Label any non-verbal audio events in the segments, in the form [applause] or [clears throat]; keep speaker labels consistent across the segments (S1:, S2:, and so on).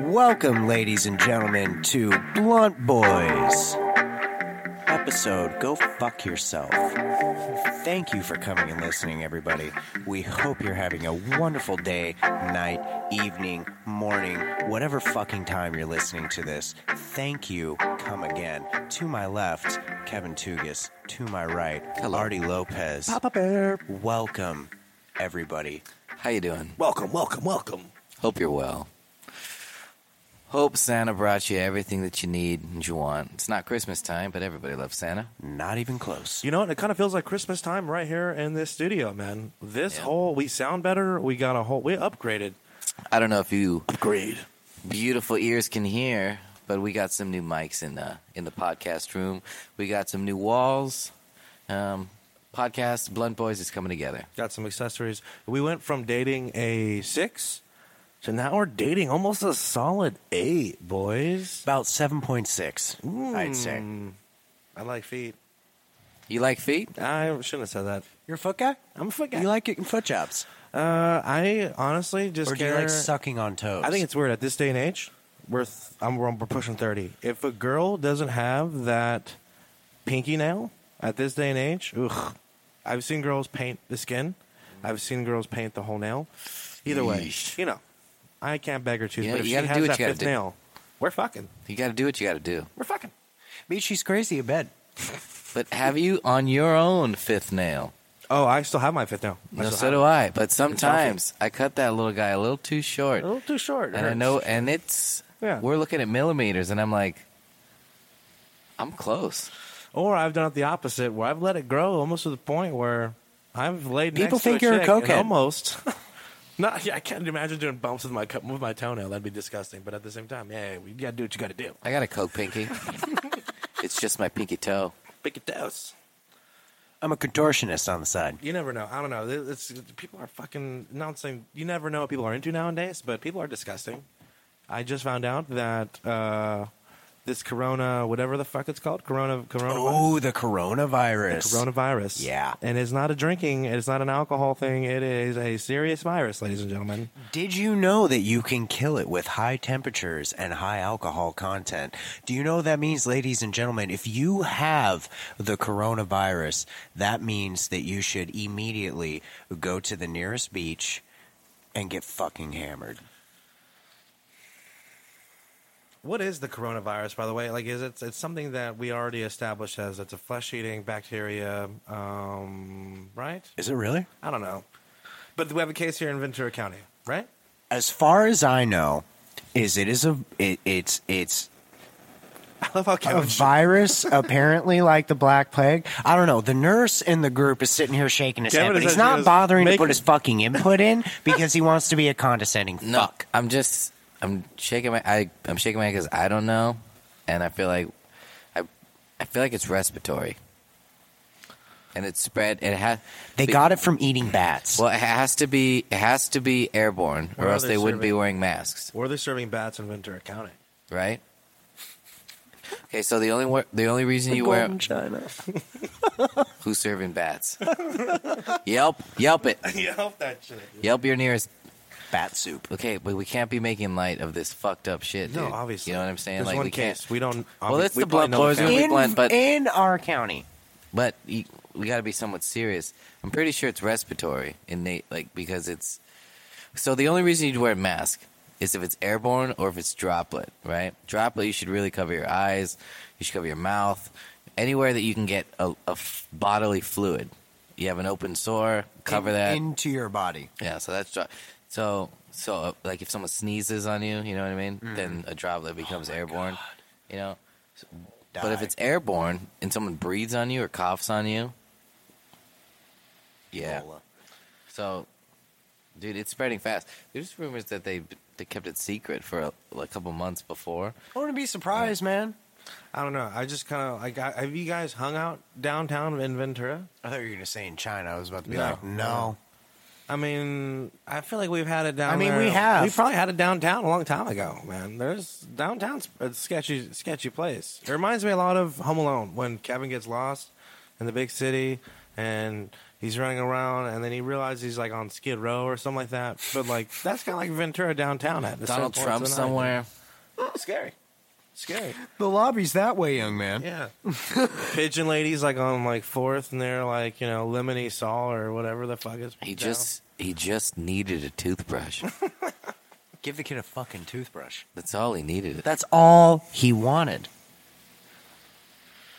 S1: Welcome, ladies and gentlemen, to Blunt Boys. Episode Go Fuck Yourself. Thank you for coming and listening, everybody. We hope you're having a wonderful day, night, evening, morning, whatever fucking time you're listening to this. Thank you. Come again. To my left, Kevin Tugis. To my right,
S2: Hello.
S1: Artie Lopez.
S2: Papa Bear.
S1: Welcome, everybody.
S2: How you doing?
S3: Welcome, welcome, welcome.
S2: Hope you're well. Hope Santa brought you everything that you need and you want. It's not Christmas time, but everybody loves Santa.
S1: Not even close.
S3: You know what? It kind of feels like Christmas time right here in this studio, man. This
S2: Yeah.
S3: whole we sound better. We got a whole we upgraded.
S2: I don't know if you
S3: Upgrade.
S2: beautiful ears can hear, but we got some new mics in the in the podcast room. We got some new walls. Um, podcast Blunt Boys is coming together.
S3: Got some accessories. We went from dating a six to now we're dating almost a solid eight, boys.
S1: About 7.6, I'd say.
S2: Hmm.
S3: Mm, I like feet.
S2: You like feet?
S3: I shouldn't have said that.
S1: You're a foot guy?
S3: I'm a foot guy.
S1: You like getting foot jobs?
S3: uh, I honestly just
S1: Or do you
S3: care-
S1: like sucking on toes?
S3: I think it's weird at this day and age. We're th- I'm, we're, we're pushing thirty. If a girl doesn't have that pinky nail at this day and age, ugh. I've seen girls paint the skin. I've seen girls paint the whole nail. Either way,
S2: Yeesh.
S3: you know, I can't beg or choose.
S2: You know,
S3: but if
S2: you
S3: she
S2: gotta
S3: has
S2: do what
S3: that
S2: you gotta
S3: fifth
S2: do.
S3: nail, we're fucking.
S2: You got to do what you got to do.
S3: We're fucking.
S1: Mean, she's crazy in bed.
S2: But have you on your own fifth nail?
S3: Oh, I still have my fifth nail. I
S2: No,
S3: still
S2: so
S3: have
S2: do
S3: it.
S2: I. But sometimes I cut that little guy a little too short.
S3: A little too short. it
S2: and I
S3: hurts.
S2: know, and it's
S3: Yeah.
S2: we're looking at millimeters, and I'm like, I'm close.
S3: Or I've done it the opposite, where I've let it grow almost to the point where I've laid.
S1: People
S3: next
S1: think
S3: to
S1: you're a
S3: chick and
S1: cokehead.
S3: Almost. [laughs] Not, yeah, I can't imagine doing bumps with my co- with my toenail. That'd be disgusting. But at the same time, yeah, you gotta do what you gotta do.
S2: I got a coke
S3: [laughs]
S2: pinky. it's just my pinky toe.
S3: Pick a toes.
S1: I'm a contortionist on the side.
S3: You never know. I don't know. It- It's people are fucking. Not saying you never know what people are into nowadays, but people are disgusting. I just found out that uh, this Corona, whatever the fuck it's called, Corona, Corona.
S1: Oh, the coronavirus.
S3: coronavirus.
S1: Yeah.
S3: And it's not a drinking, it's not an alcohol thing, it is a serious virus, ladies and gentlemen.
S1: Did you know that you can kill it with high temperatures and high alcohol content? Do you know what that means, ladies and gentlemen? If you have the coronavirus, that means that you should immediately go to the nearest beach and get fucking hammered.
S3: What is the coronavirus, by the way? Like, is it it's something that we already established as it's a flesh eating bacteria, um, right?
S1: Is it really?
S3: I don't know. But we have a case here in Ventura County, right? [laughs]
S1: As far as I know, is it is a it, it's it's
S3: I love how
S1: a
S3: Kevin [laughs]
S1: virus, apparently like the Black Plague. I don't know. The nurse in the group is sitting here shaking his head,
S3: Kevin
S1: but
S3: is
S1: he's
S3: actually
S1: not
S3: just
S1: bothering to
S3: making-
S1: put his fucking input in because he wants to be a condescending
S2: No,
S1: fuck.
S2: I'm just, I'm shaking my, I, I'm shaking my head because I don't know, and I feel like, I, I feel like it's respiratory. And it's spread. It has.
S1: They got it from eating bats.
S2: Well, it has to be. It has to be airborne,
S3: Or
S2: or else
S3: other
S2: they wouldn't be
S3: survey.
S2: wearing masks,
S3: Or they're serving bats in Ventura County. [laughs]
S2: right? Okay, so the only wor- the only reason you wear
S1: China.
S2: [laughs] who's serving bats? yelp, yelp it,
S3: you hope that shit.
S2: yelp your nearest.
S1: Bat soup.
S2: Okay, but we can't be making light of this fucked up shit, dude.
S3: No, obviously.
S2: You know what I'm saying?
S3: There's
S2: like
S3: one
S2: we
S3: case.
S2: can't.
S3: We don't.
S2: Well, that's
S3: we
S2: the
S3: probably
S2: blunt
S3: know the
S2: boys.
S3: family.
S2: Really
S1: In,
S2: blunt, but-
S1: in our county.
S2: But you, we got to be somewhat serious. I'm pretty sure it's respiratory innate, like because it's. So the only reason you'd wear a mask is if it's airborne or if it's droplet, right? Droplet, you should really cover your eyes, you should cover your mouth, anywhere that you can get a, a f- bodily fluid. You have an open sore, cover
S1: In-
S2: that.
S1: Into your body.
S2: yeah, so that's dro- so so uh, like if someone sneezes on you, you know what I mean? Then a droplet becomes airborne, you know. But if
S1: Die.
S2: it's airborne and someone breathes on you or coughs on you, yeah.
S1: Ebola.
S2: So, dude, it's spreading fast. There's rumors that they they kept it secret for a, a couple months before.
S1: I wouldn't be surprised, man.
S3: I don't know. I just kind of like. I, have you guys hung out downtown in Ventura?
S1: I thought you were going to say in China. I was about to be
S2: No.
S1: like, no.
S3: I mean, I feel like we've had it down.
S1: I mean,
S3: there.
S1: we have.
S3: We probably had it downtown a long time ago, man. There's downtown's a sketchy, sketchy place. It reminds me a lot of Home Alone when Kevin gets lost in the big city, and He's running around, and then he realizes he's like on Skid Row or something like that. But like that's kind of like Ventura downtown at a certain
S2: Donald
S3: point
S2: Trump
S3: tonight.
S2: somewhere. Mm,
S3: Scary, scary.
S1: The lobby's that way, young man. [laughs]
S3: Yeah. Pigeon Lady's like on like fourth, and they're like you know lemony saw or whatever the fuck is.
S2: He
S3: down.
S2: just he just needed
S3: [laughs]
S2: a toothbrush.
S1: Give the kid a fucking toothbrush.
S2: That's all he needed.
S1: That's all he wanted.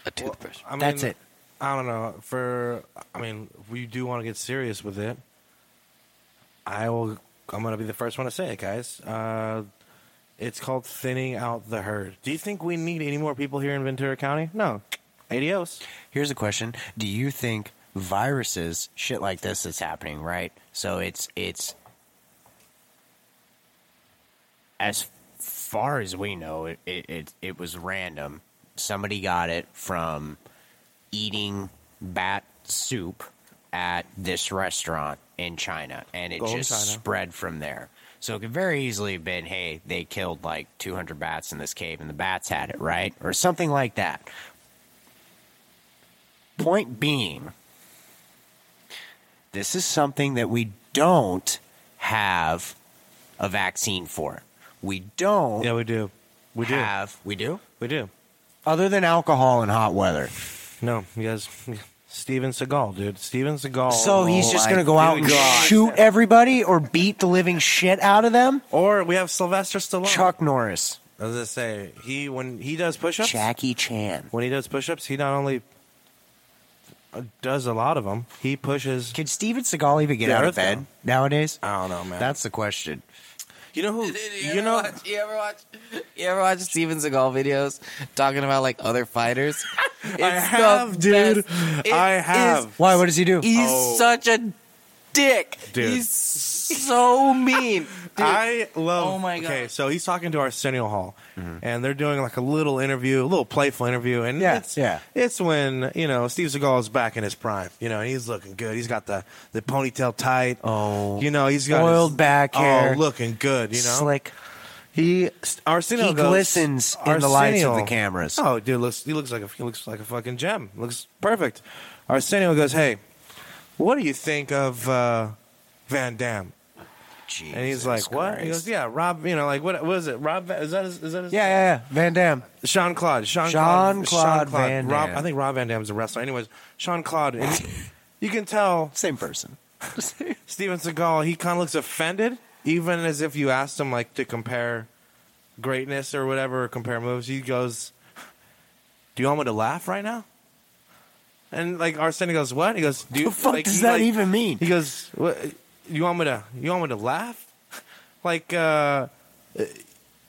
S2: A toothbrush.
S3: I mean,
S1: That's it.
S3: I don't know. For I mean, we do want to get serious with it. I will. I'm gonna be the first one to say it, guys. Uh, it's called thinning out the herd. Do you think we need any more people here in Ventura County? No. Adios.
S1: Here's a question: Do you think viruses, shit like this, that's happening, right? So it's it's as far as we know, it it it, it was random. Somebody got it from eating bat soup at this restaurant in China, and it
S3: Golden
S1: just
S3: China.
S1: spread from there. So it could very easily have been, hey, they killed like 200 bats in this cave, and the bats had it, right, or something like that. Point being, this is something that we don't have a vaccine for. We don't
S3: Yeah, we do. We do.
S1: have. We do?
S3: We do.
S1: Other than alcohol and hot weather.
S3: No, you guys. Steven Seagal, dude. Steven Seagal. Oh
S1: so he's just
S2: my
S1: going to go out and
S2: God.
S1: shoot everybody or beat the living shit out of them?
S3: Or we have Sylvester Stallone.
S1: Chuck Norris,
S3: I was gonna say he when he does push-ups.
S1: Jackie Chan.
S3: When he does push-ups, he not only uh, does a lot of them, he pushes.
S1: Can Steven Seagal even get
S3: The
S1: out
S3: Earth
S1: of bed
S3: Man.
S1: nowadays?
S3: I don't know, man.
S1: That's the question.
S3: you know who
S2: [laughs] Dude,
S3: you know.
S2: watch, you ever watch? You ever watch Steven Seagal videos talking about like
S3: [laughs]
S2: other fighters? It's
S3: I have, dude. I have.
S1: Why? What does he do?
S2: he's
S3: Oh.
S2: such a dick.
S3: Dude.
S2: He's
S3: [laughs]
S2: so mean. Dude,
S3: I love.
S2: Oh my God.
S3: Okay, so he's talking to Arsenio Hall, and they're doing like a little interview, a little playful interview, and
S1: Mm-hmm. Yeah,
S3: it's,
S1: yeah.
S3: it's when you know Steve Seagal is back in his prime. You know, and he's looking good. He's got the the ponytail tight.
S1: Oh.
S3: you know, he's got his-
S1: Oiled back
S3: oh,
S1: hair.
S3: looking good. You know,
S1: Slick.
S3: He Arsenio
S1: He
S3: goes,
S1: glistens in the lights of the
S3: "Arsenio."
S1: cameras.
S3: Oh, dude, looks he looks like a he looks like a fucking gem. Looks perfect. Arsenio goes, "Hey, what do you think of uh, Van Damme?" And he's like, "What?" He goes, "Yeah, Rob. You know, like what? What is it? Rob? Van- Is that his, is that his?
S1: Yeah, yeah, yeah. Van Damme.
S3: Sean Claude. Sean
S1: Jean-Claude Van
S3: Rob,
S1: Damme.
S3: I think Rob Van Damme's a wrestler. Anyways, Sean
S1: [laughs]
S3: Claude. And you can tell
S1: Same person.
S3: Steven Seagal, he kind of looks offended, even as if you asked him like to compare greatness or whatever, or compare moves. He goes, "Do you want me to laugh right now?" And like Arsenio goes, "What?" He goes, "Do you,
S1: The fuck
S3: like,
S1: does
S3: he,
S1: that
S3: like-
S1: even mean?
S3: He goes, "What? You want me to? You want me to laugh?" [laughs] Like, uh,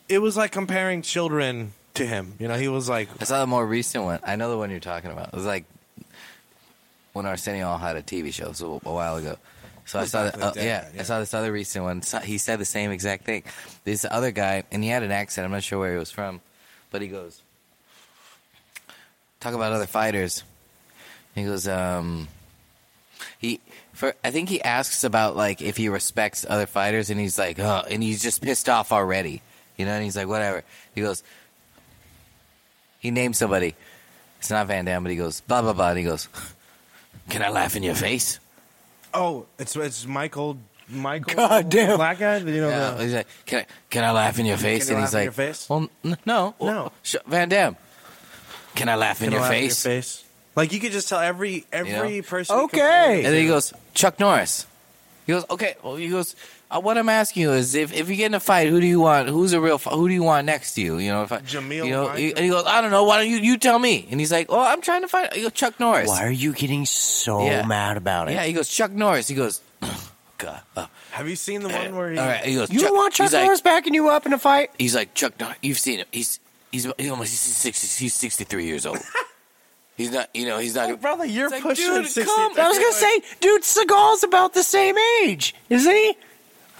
S3: it was like comparing children to him. You know, he was like,
S2: I saw the more recent one. I know the one you're talking about. It was like when Arsenio Hall had a TV show so a while ago. So I saw that.
S3: back
S2: Uh,
S3: in the day,
S2: yeah,
S3: yeah.
S2: I saw this other recent one. So- He said the same exact thing. This other guy, and he had an accent. I'm not sure where he was from, but he goes, "Talk about other fighters." He goes, um, he for I think he asks about like if he respects other fighters, and he's like, oh, and he's just pissed off already, you know. And he's like, whatever. He goes, he names somebody. It's not Van Damme, but he goes blah blah blah, and he goes, [laughs] "Can I laugh in your face?"
S3: "Oh, it's it's Michael,
S1: [laughs]
S3: Michael,
S1: God damn.
S3: black guy." You know,
S2: Yeah.
S3: the-
S2: He's like, "Can I can I laugh in your
S3: Oh,
S2: face?"
S3: Can you
S2: and he's
S3: laugh in
S2: like,
S3: your face?
S2: "Well, n- no,
S3: No.
S2: Sh- Van Damme, can I laugh in
S3: Can I
S2: your
S3: laugh in
S2: face?"
S3: face. Like you could just tell every every
S2: You know?
S3: person.
S1: Okay.
S2: And then he goes, "Chuck Norris." He goes, "Okay." Well, he goes, uh, "What I'm asking you is, if, if you get in a fight, who do you want? Who's a real? Fi- who do you want next to you? You know, if I,
S3: Jamil
S2: you know."
S3: Hyde.
S2: he- and he goes, "I don't know. Why don't you you tell me?" And he's like, "Oh, I'm trying to find I go, Chuck Norris."
S1: Why are you getting so
S2: Yeah.
S1: mad about it?
S2: Yeah, he goes, "Chuck Norris." He goes, [laughs] "God." uh,
S3: Have you seen the one where he?
S2: All right, he goes.
S1: You want Chuck
S2: he's like-
S1: Norris backing you up in a fight?
S2: He's like Chuck. Norris. You've seen him. He's he's he's almost he's sixty. He's sixty three
S1: [laughs]
S2: years old. he's not. You know. He's
S1: Oh,
S2: not.
S3: brother, you're
S2: It's like,
S3: pushing
S2: dude,
S3: 60.
S2: come-
S1: I was gonna say, dude, Seagal's about the same age, isn't he?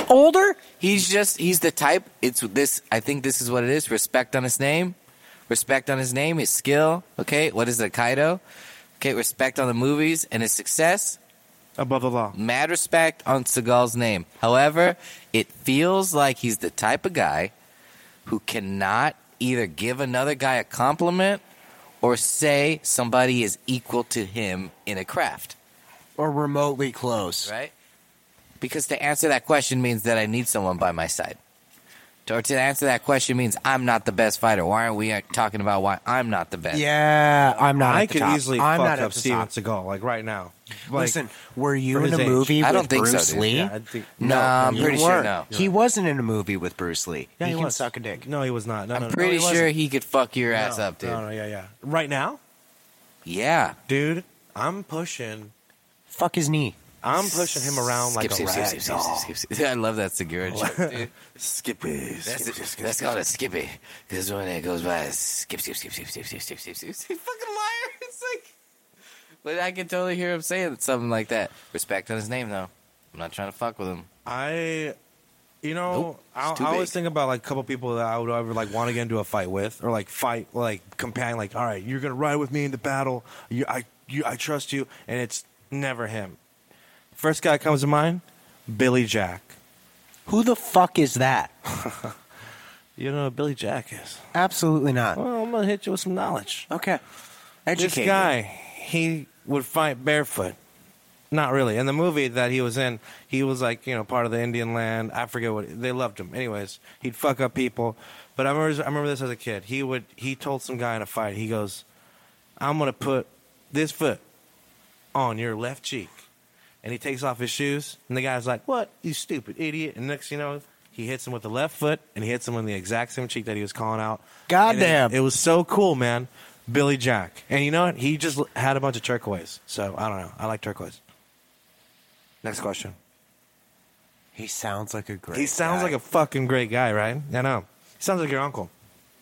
S1: Older?
S2: He's just. He's the type. It's this. I think this is what it is. Respect on his name. Respect on his name. His skill. Okay. What is it? Kaido. Okay. Respect on the movies and his success.
S3: above the law.
S2: mad respect on Seagal's name. However, it feels like he's the type of guy who cannot either give another guy a compliment or say somebody is equal to him in a craft.
S1: or remotely close.
S2: right? Because to answer that question means that I need someone by my side. To- Or to answer that question means I'm not the best fighter. Why aren't we uh, talking about why I'm not the best?
S1: Yeah, I'm not.
S3: I
S1: at the
S3: could
S1: top.
S3: easily
S1: I'm
S3: fuck
S1: not at
S3: up
S1: the
S3: Steven
S1: top.
S3: Seagal like right now. Like,
S1: Listen, were
S3: for
S1: you in
S3: his
S1: a
S3: age.
S1: movie
S2: I don't
S1: with
S2: think so,
S1: Bruce
S2: dude.
S1: Lee?
S3: yeah, I think,
S2: No, I'm
S1: you
S2: pretty sure
S1: weren't.
S2: no.
S1: He wasn't in a movie with Bruce Lee.
S3: Yeah,
S1: he,
S3: he
S1: can
S3: was.
S1: suck a dick.
S3: no, he was not. No, no,
S2: I'm
S3: no, he
S2: pretty
S3: wasn't.
S2: sure he could fuck your ass
S3: No,
S2: up, dude.
S3: No, no, yeah, yeah. Right now,
S2: Yeah.
S3: dude, I'm pushing.
S1: Fuck his knee.
S3: I'm pushing him around like
S2: Skip,
S3: a
S2: skip, skip,
S3: rag
S2: skip, skip,
S3: doll.
S2: skip, skip, [laughs] skip. I love that security.
S3: [laughs]
S2: check, dude.
S3: Skippy.
S2: That's, that's called a skippy. Because when it goes by, it's skip, skip, skip, skip, skip, skip, skip, skip, [laughs] skip. Fucking liar. It's like. But I can totally hear him saying something like that. Respect on his name, though. I'm not trying to fuck with him.
S3: I, you know,
S2: Nope, it's
S3: I,
S2: too
S3: I always
S2: big.
S3: think about like a couple people that I would ever like want to get into a fight with, or like fight like companion. Like, all right, you're gonna ride with me into battle. You, I, you, I trust you, and it's never him. First guy comes to mind, Billy Jack.
S1: Who the fuck is that?
S3: You know who Billy Jack is.
S1: Absolutely not.
S3: Well, I'm gonna hit you with some knowledge.
S1: Okay.
S3: This
S1: Educate. me.
S3: guy, he would fight barefoot. Not really. In the movie that he was in, he was like, you know, part of the Indian land. I forget what they loved him. Anyways, he'd fuck up people. But I remember, I remember this as a kid. He would he told some guy in a fight, he goes, I'm gonna put this foot on your left cheek. And he takes off his shoes, and the guy's like, What? You stupid idiot. And next you know, he hits him with the left foot and he hits him in the exact same cheek that he was calling out. And it-
S1: Goddamn.
S3: It, was so cool, man. Billy Jack. And you know what? He just l- had a bunch of turquoise. So I don't know. I like turquoise. Next question.
S1: He sounds like a great.
S3: He sounds like a fucking great guy, right? I know. He sounds like your uncle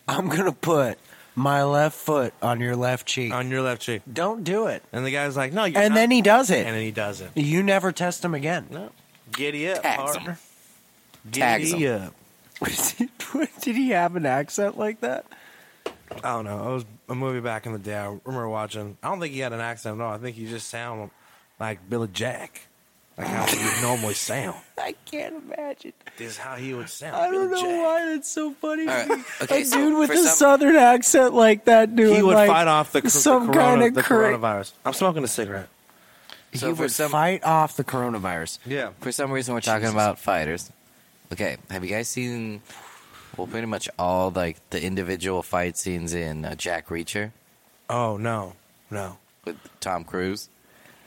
S1: I'm gonna put my left foot on your left cheek.
S3: on your left cheek.
S1: Don't do it.
S3: And the guy's like, No, Uh, you're
S1: And
S3: not.
S1: then he does
S3: And
S1: it.
S3: then he doesn't.
S1: You never test him again.
S3: [laughs]
S1: [laughs]
S3: No. Giddy up,
S2: Tags him.
S3: partner.
S2: Tags
S3: Giddy
S2: him.
S3: up.
S1: Did he have an accent like that?
S3: I don't know. It was a movie back in the day. I remember watching. I don't think he had an accent at all. I think he just sounded like Billy Jack, like how he would normally sound.
S1: I can't imagine.
S3: This is how he would sound.
S1: I don't
S3: Billy
S1: know
S3: Jack.
S1: why that's so funny.
S2: All right.
S1: a
S2: Okay, so
S1: dude with
S2: for
S1: a
S2: some-
S1: southern accent like that doing
S3: He would
S1: like,
S3: fight off the, cor- the
S1: some
S3: corona,
S1: kind of
S3: the
S1: cur-
S3: coronavirus. I'm smoking a cigarette.
S1: He
S2: So for
S1: would
S2: some-
S1: fight off the coronavirus.
S3: Yeah.
S2: For some reason, we're talking about fighters. Okay, have you guys seen? Well, pretty much all like the individual fight scenes in uh, Jack Reacher
S3: Oh no, no.
S2: with Tom Cruise.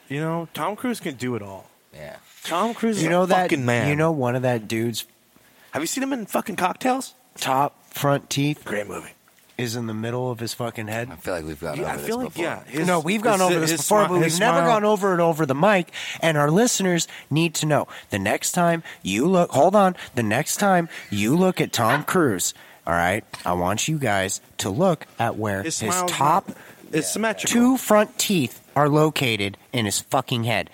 S3: You know, Tom Cruise can do it all.
S2: Yeah,
S3: Tom Cruise is
S1: You know
S3: a
S1: that
S3: fucking man.
S1: you know one of that dude's
S3: have you seen him in fucking cocktails?
S1: top front teeth
S3: Great movie.
S1: is in the middle of his fucking head.
S2: I feel like we've gone
S3: Yeah,
S2: over
S3: I
S2: this
S3: feel like
S2: before.
S3: yeah. his-
S1: no, we've gone
S3: his-
S1: over this
S3: his
S1: before,
S3: smi-
S1: but we've
S3: his
S1: never
S3: smile-
S1: gone over it over the mic, and our listeners need to know. The next time you look, hold on, the next time you look at Tom Cruise, all right, I want you guys to look at where his,
S3: His, smile's
S1: top
S3: not- It's symmetrical.
S1: two front teeth are located in his fucking head.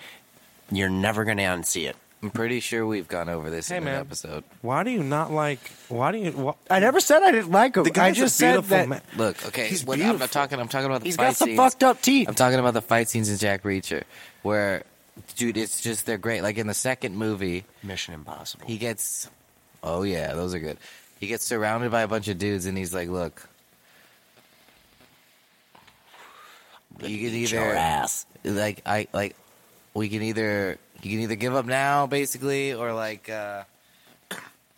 S1: You're never going to unsee it.
S2: I'm pretty sure we've gone over this
S3: Hey,
S2: in
S3: man.
S2: an episode.
S3: Why do you not like? Why do you? Why,
S1: I never said I didn't like him.
S3: the
S1: I
S3: guy's
S1: just
S3: a
S1: said
S3: beautiful
S1: that
S3: man.
S2: Look, okay,
S3: He's
S2: when I'm,
S3: beautiful.
S2: I'm talking. I'm talking about the
S1: he's
S2: fight
S1: got some
S2: scenes.
S1: fucked up teeth.
S2: I'm talking about the fight scenes in Jack Reacher, where dude, it's just they're great. Like in the second movie,
S1: Mission Impossible.
S2: He gets, oh yeah, those are good. He gets surrounded by a bunch of dudes, and he's like, "Look, you can
S1: Eat your
S2: either
S1: ass.
S2: like I like we can either you can either give up now, basically, or like, uh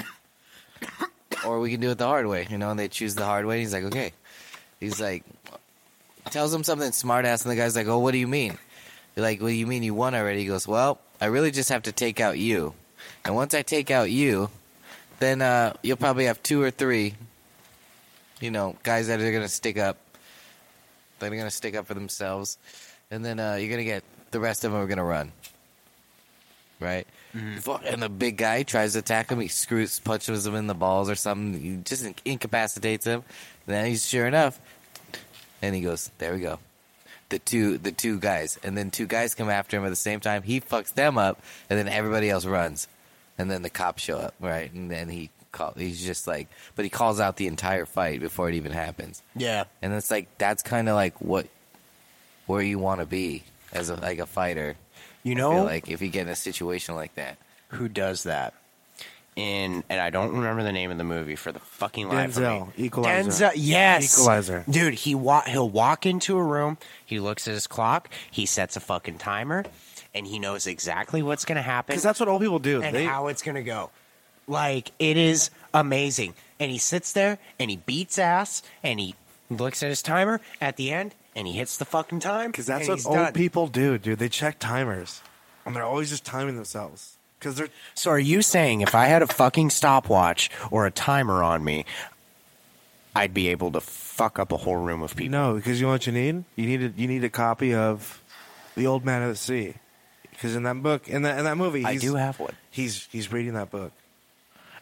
S2: [coughs] or we can do it the hard way, you know." And they choose the hard way. he's like, "Okay," he's like, tells him something smart ass, and the guy's like, "Oh, what do you mean?" You're like, "What do you mean you won already?" He goes, "Well, I really just have to take out you, and once I take out you, then uh, you'll probably have two or three, you know, guys that are gonna stick up. They're gonna stick up for themselves, and then uh, you're gonna get the rest of them are gonna run, right?" Fuck, And the big guy tries to attack him. He screws, punches him in the balls or something. He just incapacitates him. Then he's sure enough, and he goes, "There we go." The two, the two guys, and then two guys come after him at the same time. He fucks them up, and then everybody else runs, and then the cops show up, right? And then he call, he's just like, but he calls out the entire fight before it even happens,
S1: Yeah.
S2: and it's like that's kind of like what where you want to be as a, like a fighter.
S1: You
S2: I
S1: know,
S2: feel like if you get in a situation like that,
S1: who does that in and I don't remember the name of the movie for the fucking life of
S3: Denzel
S1: me.
S3: Equalizer.
S1: Denzel, yes,
S3: Equalizer.
S1: dude. He wa- he'll walk into a room. He looks at his clock. He sets a fucking timer, and he knows exactly what's going to happen
S3: Because that's what old people do.
S1: and
S3: They-
S1: how it's going to go. Like it is amazing. And he sits there and he beats ass and he looks at his timer at the end and he hits the fucking time
S3: Because that's
S1: and
S3: what
S1: he's
S3: old
S1: done.
S3: people do, dude. They check timers, and they're always just timing themselves. Because they're
S1: So are you saying if I had a fucking stopwatch or a timer on me, I'd be able to fuck up a whole room of people?
S3: no, because you know what you need? You need a, you need a copy of the Old Man of the Sea. Because in that book, in that in that movie,
S1: I
S3: he's,
S1: do have one.
S3: He's he's reading that book.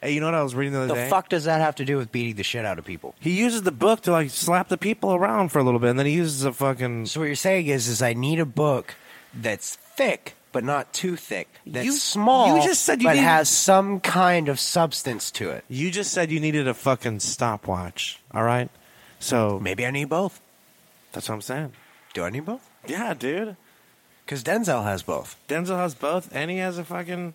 S3: Hey, you know what I was reading the other
S1: The
S3: day?
S1: fuck does that have to do with beating the shit out of people?
S3: He uses the book to like slap the people around for a little bit, and then he uses a fucking.
S1: So what you're saying is, is I need a book that's thick but not too thick. That's
S3: You-
S1: small.
S3: you just said you
S1: but
S3: need-
S1: has some kind of substance to it.
S3: You just said you needed a fucking stopwatch. All right, so
S1: Maybe I need both.
S3: that's what I'm saying.
S1: Do I need both?
S3: Yeah, dude.
S1: Because Denzel has both.
S3: Denzel has both, and he has a fucking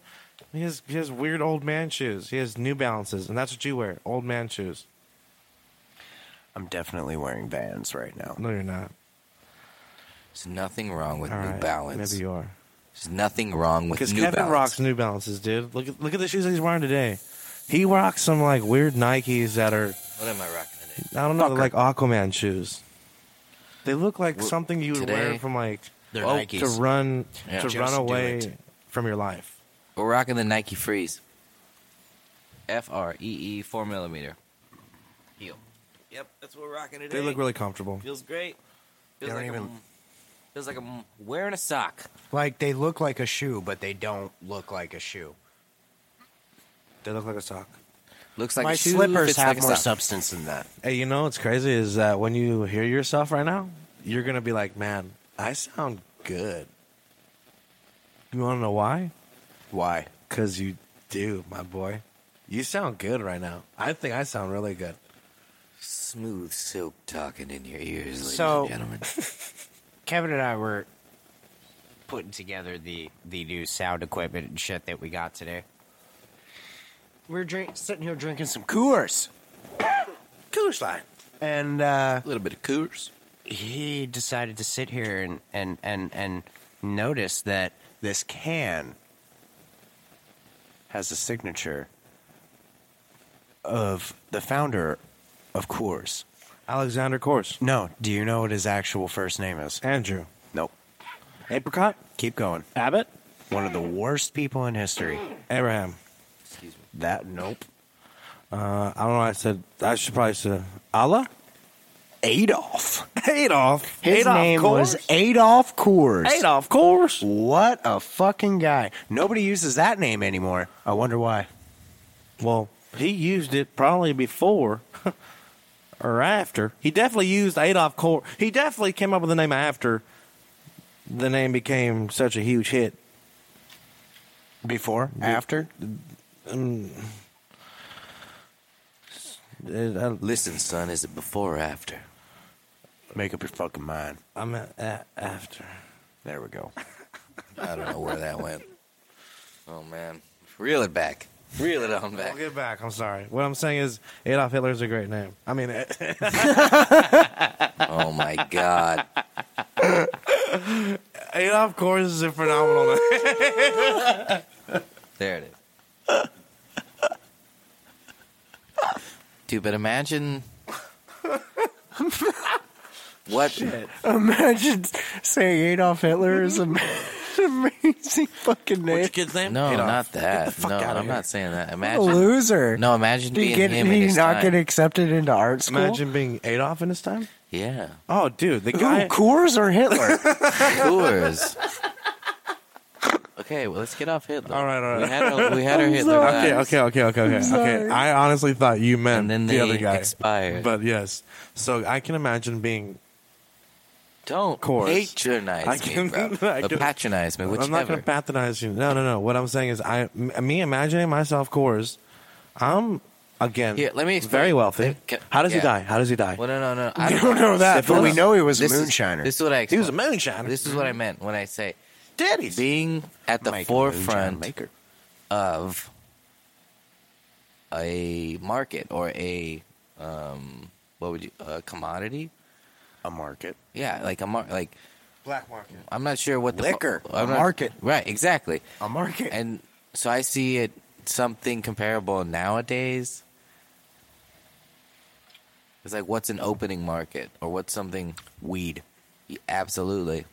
S3: he has he has weird old man shoes. He has New Balances, and that's what you wear, old man shoes.
S1: I'm definitely wearing Vans right now.
S3: No, you're not.
S2: There's nothing wrong with
S3: All
S2: New
S3: right,
S2: Balance.
S3: Maybe you are.
S2: There's nothing wrong with
S3: Because
S2: New
S3: Kevin
S2: Balance.
S3: rocks New Balances, dude. Look at look at the shoes that he's wearing today. He rocks some like weird Nikes that are
S2: What am I rocking today?
S3: I don't know, they're like Aquaman shoes. They look like
S2: Well,
S3: something you would
S2: today,
S3: wear from like
S1: they're
S3: oh,
S1: Nikes.
S3: to run
S2: Yeah.
S3: to
S2: Just
S3: run
S1: do
S3: away
S1: it.
S3: from your life.
S2: We're rocking the Nike Freeze. F R E E four millimeter. Heel. Yep, that's what we're rocking today.
S3: They look really comfortable.
S2: feels great. Feels
S1: They
S2: like
S1: don't
S2: I'm
S1: even-
S2: feels like I'm wearing a sock.
S1: Like they look like a shoe, but they don't look like a shoe.
S3: They look like a sock.
S2: Looks like
S1: My
S2: a shoe,
S1: slippers
S2: fits
S1: have
S2: like a
S1: more
S2: sock.
S1: substance than that.
S3: Hey, you know what's crazy is that when you hear yourself right now, you're gonna be like, "Man, I sound good." You want to know why?
S1: Why?
S3: Cause you do, my boy. You sound good right now. I think I sound really good.
S2: Smooth silk talking in your ears, ladies
S1: So-
S2: and gentlemen.
S1: Kevin and I were putting together the the new sound equipment and shit that we got today. We We're drink, sitting here drinking some Coors,
S3: Coolish line.
S1: and uh,
S2: a little bit of Coors.
S1: he decided to sit here and and and and notice that this can has a signature of the founder of Coors.
S3: Alexander Course.
S1: No, do you know what his actual first name is?
S3: Andrew.
S1: Nope.
S3: Apricot.
S1: Keep going.
S3: Abbott.
S1: One of the worst people in history.
S3: Abraham.
S2: Excuse me.
S1: That nope.
S3: Uh, I don't know. why I said I should probably say Allah.
S1: Adolf.
S3: Adolf.
S1: His
S3: Adolf
S1: name
S3: Course.
S1: was Adolf Coors.
S3: Adolf Course.
S1: What a fucking guy. Nobody uses that name anymore. I wonder why.
S3: Well, he used it probably before [laughs] or after. He definitely used Adolf Cor. He definitely came up with the name after the name became such a huge hit.
S1: Before? After?
S3: It- I,
S2: Listen, son, is it before or after?
S1: Make up your fucking mind.
S3: I meant a- after.
S1: There we
S2: [laughs]
S1: go.
S2: I don't know where that went. [laughs] Oh man, reel it back. Reel it on back.
S3: I'll get back. I'm sorry. What I'm saying is Adolf Hitler's a great name. I mean,
S2: [laughs] Oh my god.
S3: Adolf Course is a phenomenal name.
S2: There it is. Dude, but imagine [laughs] what
S1: Imagine saying Adolf Hitler is an [laughs] amazing fucking
S3: [laughs]
S1: name.
S3: kid's name?
S2: No,
S3: Adolf.
S2: not that.
S3: fuck
S2: no,
S3: out of
S2: I'm
S3: here.
S2: not saying that.
S1: What a
S2: Imagine
S1: loser.
S2: No, imagine
S1: Did he,
S2: being
S1: get,
S2: him
S1: did
S2: in
S1: he
S2: his
S1: not
S2: time.
S1: get accepted into art school?
S3: Imagine being Adolf in his time.
S2: Yeah.
S3: Oh, dude, the
S1: Ooh,
S3: guy.
S1: Coors or
S2: [laughs]
S1: Hitler?
S2: Coors. [laughs] okay, well let's get off Hitler.
S3: All right, all right.
S2: We had our, we
S1: [laughs]
S2: had our Hitler.
S3: Okay,
S2: vibes,
S3: okay, okay, okay, okay. okay.
S1: sorry.
S3: I honestly thought you meant
S2: And then
S3: the
S2: they
S3: other guy.
S2: expired.
S3: But yes. So I can imagine being
S2: Don't
S3: Coors.
S2: patronize
S3: I
S2: me,
S3: can-
S2: bro.
S3: [laughs] I
S2: Or
S3: can-
S2: patronize me, whichever.
S3: I'm not going to patronize you. No, no, no. What I'm saying is I m- me imagining myself Coors, I'm again
S2: Here, let me explain.
S3: very wealthy.
S2: Let- can-
S3: How does
S2: yeah.
S3: he die? How does he die?
S2: well, no, no, no.
S1: I don't know that, but we know he was a
S2: This is-
S1: moonshiner.
S2: this is what I.
S3: he was a
S2: explained.
S3: moonshiner.
S2: This is what I meant when I say
S3: daddy's.
S2: being at the
S1: Mike, moonshine
S2: forefront
S1: maker.
S2: of a market or a um, what would you a commodity?
S1: A market.
S2: Yeah, like a mar- like
S3: Black market.
S2: I'm not sure what the
S1: Liquor,
S2: I'm
S1: a
S2: not-
S1: market.
S2: Right, exactly.
S1: A market.
S2: And so I see it something comparable nowadays. It's like what's an opening market or what's something
S1: weed.
S2: Y- absolutely.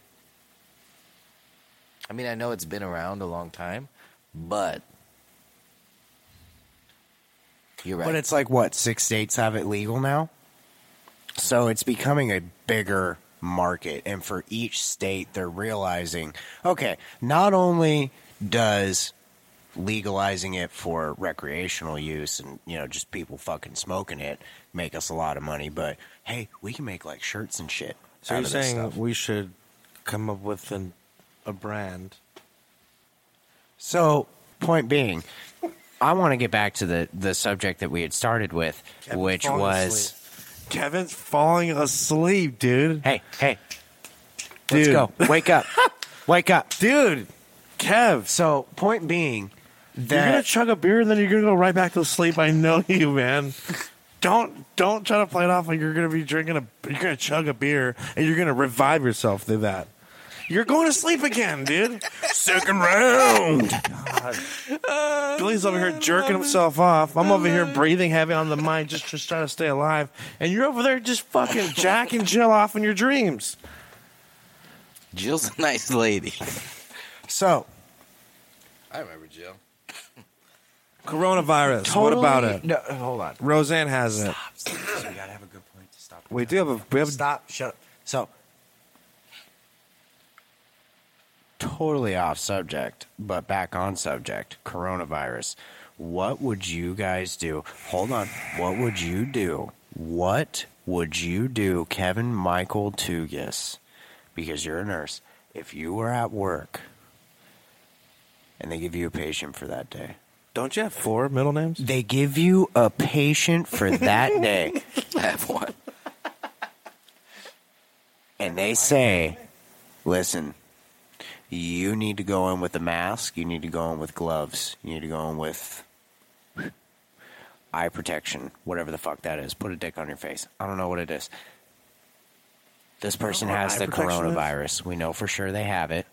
S2: I mean, I know it's been around a long time, but you're right.
S1: But it's like what six states have it legal now, so it's becoming a bigger market. And for each state, they're realizing, okay, not only does legalizing it for recreational use and you know just people fucking smoking it make us a lot of money, but hey, we can make like shirts and shit.
S3: So
S1: out
S3: you're
S1: of this
S3: saying
S1: stuff.
S3: we should come up with an, a brand?
S1: So, point being, I want to get back to the the subject that we had started with,
S3: Kevin's
S1: which
S3: falling
S1: was
S3: asleep. Kevin's falling asleep, dude.
S1: hey, hey, let's
S3: Dude.
S1: go, wake
S3: [laughs]
S1: up, wake up,
S3: Dude, Kev,
S1: So, point being
S3: you're gonna
S1: that
S3: chug a beer and then you're gonna go right back to sleep. I know [laughs] you, man. Don't don't try to play it off like you're gonna be drinking a you're gonna chug a beer and you're gonna revive yourself through that. You're going to sleep again, dude.
S1: second round.
S3: Billy's over here jerking himself off. I'm over here breathing heavy on the mind, just, just trying to stay alive. And you're over there just fucking [laughs] Jack and Jill off in your dreams.
S2: Jill's a nice lady.
S1: So,
S2: I remember Jill.
S3: Coronavirus. what about it?
S1: No, hold on.
S3: Roseanne has it.
S1: So we gotta have a good point to stop.
S3: We do have a we have a
S1: Stop. Shut up. So, totally off subject, but back on subject. Coronavirus. What would you guys do? Hold on. What would you do? What would you do, Kevin Michael Tugis? Because you're a nurse. If you were at work and they give you a patient for that day,
S3: Don't you have four middle names?
S1: they give you a patient for that day.
S2: I have one.
S1: and they say, listen, you need to go in with a mask, you need to go in with gloves, you need to go in with eye protection, whatever the fuck that is. Put a dick on your face. I don't know what it is. This person
S3: know what
S1: has the
S3: eye protection is.
S1: coronavirus. We know for sure they have it.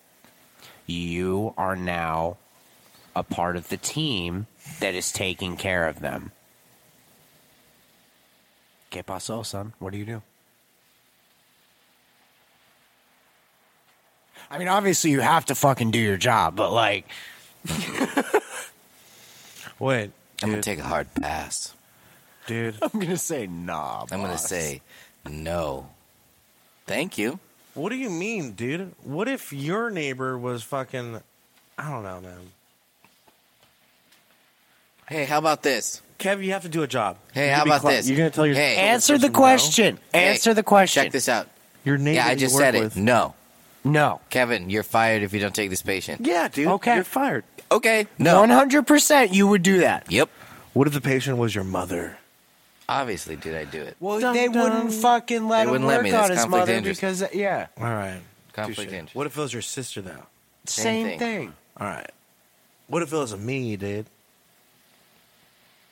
S1: You are now a part of the team that is taking care of them. Que paso, son? What do you do? I mean, obviously you have to fucking do your job, but like,
S3: Wait,
S2: I'm gonna
S3: dude.
S2: take a hard pass.
S3: dude.
S1: I'm gonna say nah.
S2: I'm gonna say no. Thank you.
S3: What do you mean, dude? What if your neighbor was fucking? I don't know, man.
S2: Hey, how about this?
S3: Kev, you have to do a job.
S2: Hey,
S3: You
S2: how
S3: be
S2: about
S3: cla-
S2: this?
S3: You're gonna tell your
S2: Hey.
S1: answer the
S3: no?
S1: question.
S2: Hey,
S1: Answer the question.
S2: Check this out.
S3: your neighbor.
S2: Yeah, I
S3: you
S2: just
S3: work
S2: said it.
S3: with.
S2: No,
S1: No.
S2: Kevin, you're fired if you don't take this patient.
S3: Yeah, dude.
S1: Okay.
S3: you're fired.
S2: Okay. No.
S1: One hundred percent, you would do that.
S2: Yep.
S3: What if the patient was your mother?
S2: Obviously, did I do it?
S1: Well,
S3: Dun,
S1: they
S3: dun.
S1: wouldn't fucking let
S2: They
S1: him
S2: wouldn't let
S1: work
S2: me.
S1: on
S2: That's
S1: his
S2: conflict of
S1: mother
S2: interest.
S1: because, yeah,
S3: All right.
S2: Conflict
S3: Touche.
S2: of interest.
S3: What if it was your sister though?
S1: same,
S2: Same
S1: thing.
S2: thing.
S3: All right. What if it was me, dude?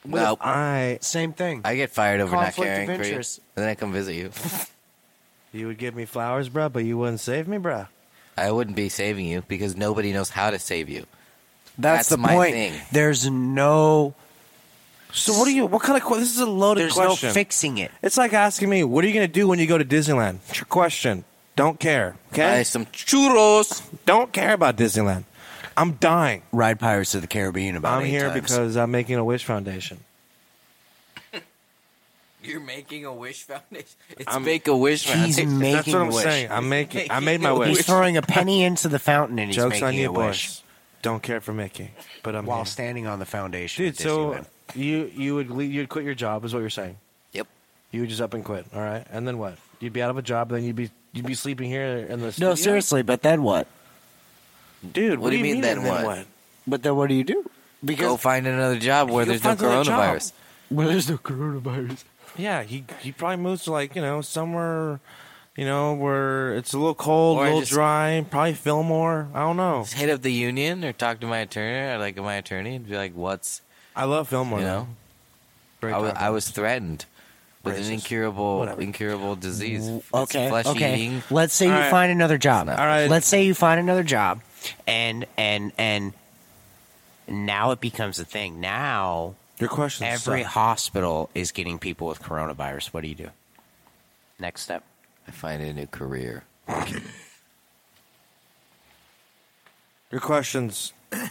S3: What
S2: Well,
S3: if I
S1: Same thing.
S2: I get fired over not
S1: Conflict of
S2: caring for you, and
S1: interest.
S2: then I come visit you.
S3: you would give me flowers, bruh, but you wouldn't save me, bruh.
S2: I wouldn't be saving you because nobody knows how to save you.
S1: that's,
S2: that's
S1: the
S2: my
S1: point.
S2: thing.
S1: There's no,
S3: So what do you? What kind of? que- This is a loaded
S1: there's
S3: question.
S1: no fixing it.
S3: it's like asking me, what are you gonna do when you go to Disneyland? It's your question. Don't care. Okay.
S2: Buy some churros.
S3: Don't care about Disneyland. I'm dying.
S1: Ride Pirates of the Caribbean about
S3: I'm
S1: eight
S3: here
S1: times.
S3: because I'm making a wish foundation.
S2: You're making a wish foundation. It's
S3: I'm-
S2: make a wish
S1: he's
S2: foundation.
S1: making
S3: That's what I'm
S1: wish.
S3: saying. I'm making. I made my
S2: Making a
S1: He's
S3: wish.
S2: wish.
S1: throwing a
S3: [laughs]
S1: penny into the fountain and he's
S3: Jokes
S1: making
S3: on you,
S1: a
S3: boys.
S1: wish
S3: Don't care for Mickey, but I'm
S1: while
S3: here.
S1: standing on the foundation.
S3: dude.
S1: at
S3: So
S1: Disneyland.
S3: you you would le- you'd quit your job is what you're saying.
S2: Yep.
S3: You would just up and quit. All right, and then what? You'd be out of a job. Then you'd be you'd be sleeping here in the
S1: no,
S3: studio?
S1: seriously, but then what?
S3: dude. What,
S2: do you mean, then what?
S1: But then what do you do? Because
S2: Go find another job where
S3: Go
S2: there's no
S3: find another job.
S2: coronavirus.
S1: well, there's no coronavirus.
S3: Yeah, he he probably moves to like you know somewhere, you know where it's a little cold, a
S2: Or
S3: little
S2: just-
S3: dry. Probably Fillmore. I don't know.
S2: Just hit up the union or talk to my attorney or like my attorney and be like, "What's
S3: I love Fillmore.
S2: you
S3: though.
S2: know?"
S3: Great
S2: I was,
S3: topic.
S2: I was threatened with
S3: racist.
S2: an incurable,
S3: Whatever.
S2: incurable disease. It's
S1: Okay.
S2: flesh
S1: okay.
S2: eating.
S1: Let's say you
S3: All right.
S1: find another job.
S3: All right.
S1: Let's say you find another job, and and and now it becomes a thing. Now
S3: Your question.
S1: every
S3: suck.
S1: hospital is getting people with coronavirus. What do you do? Next step.
S2: I find a new career.
S3: Your questions. I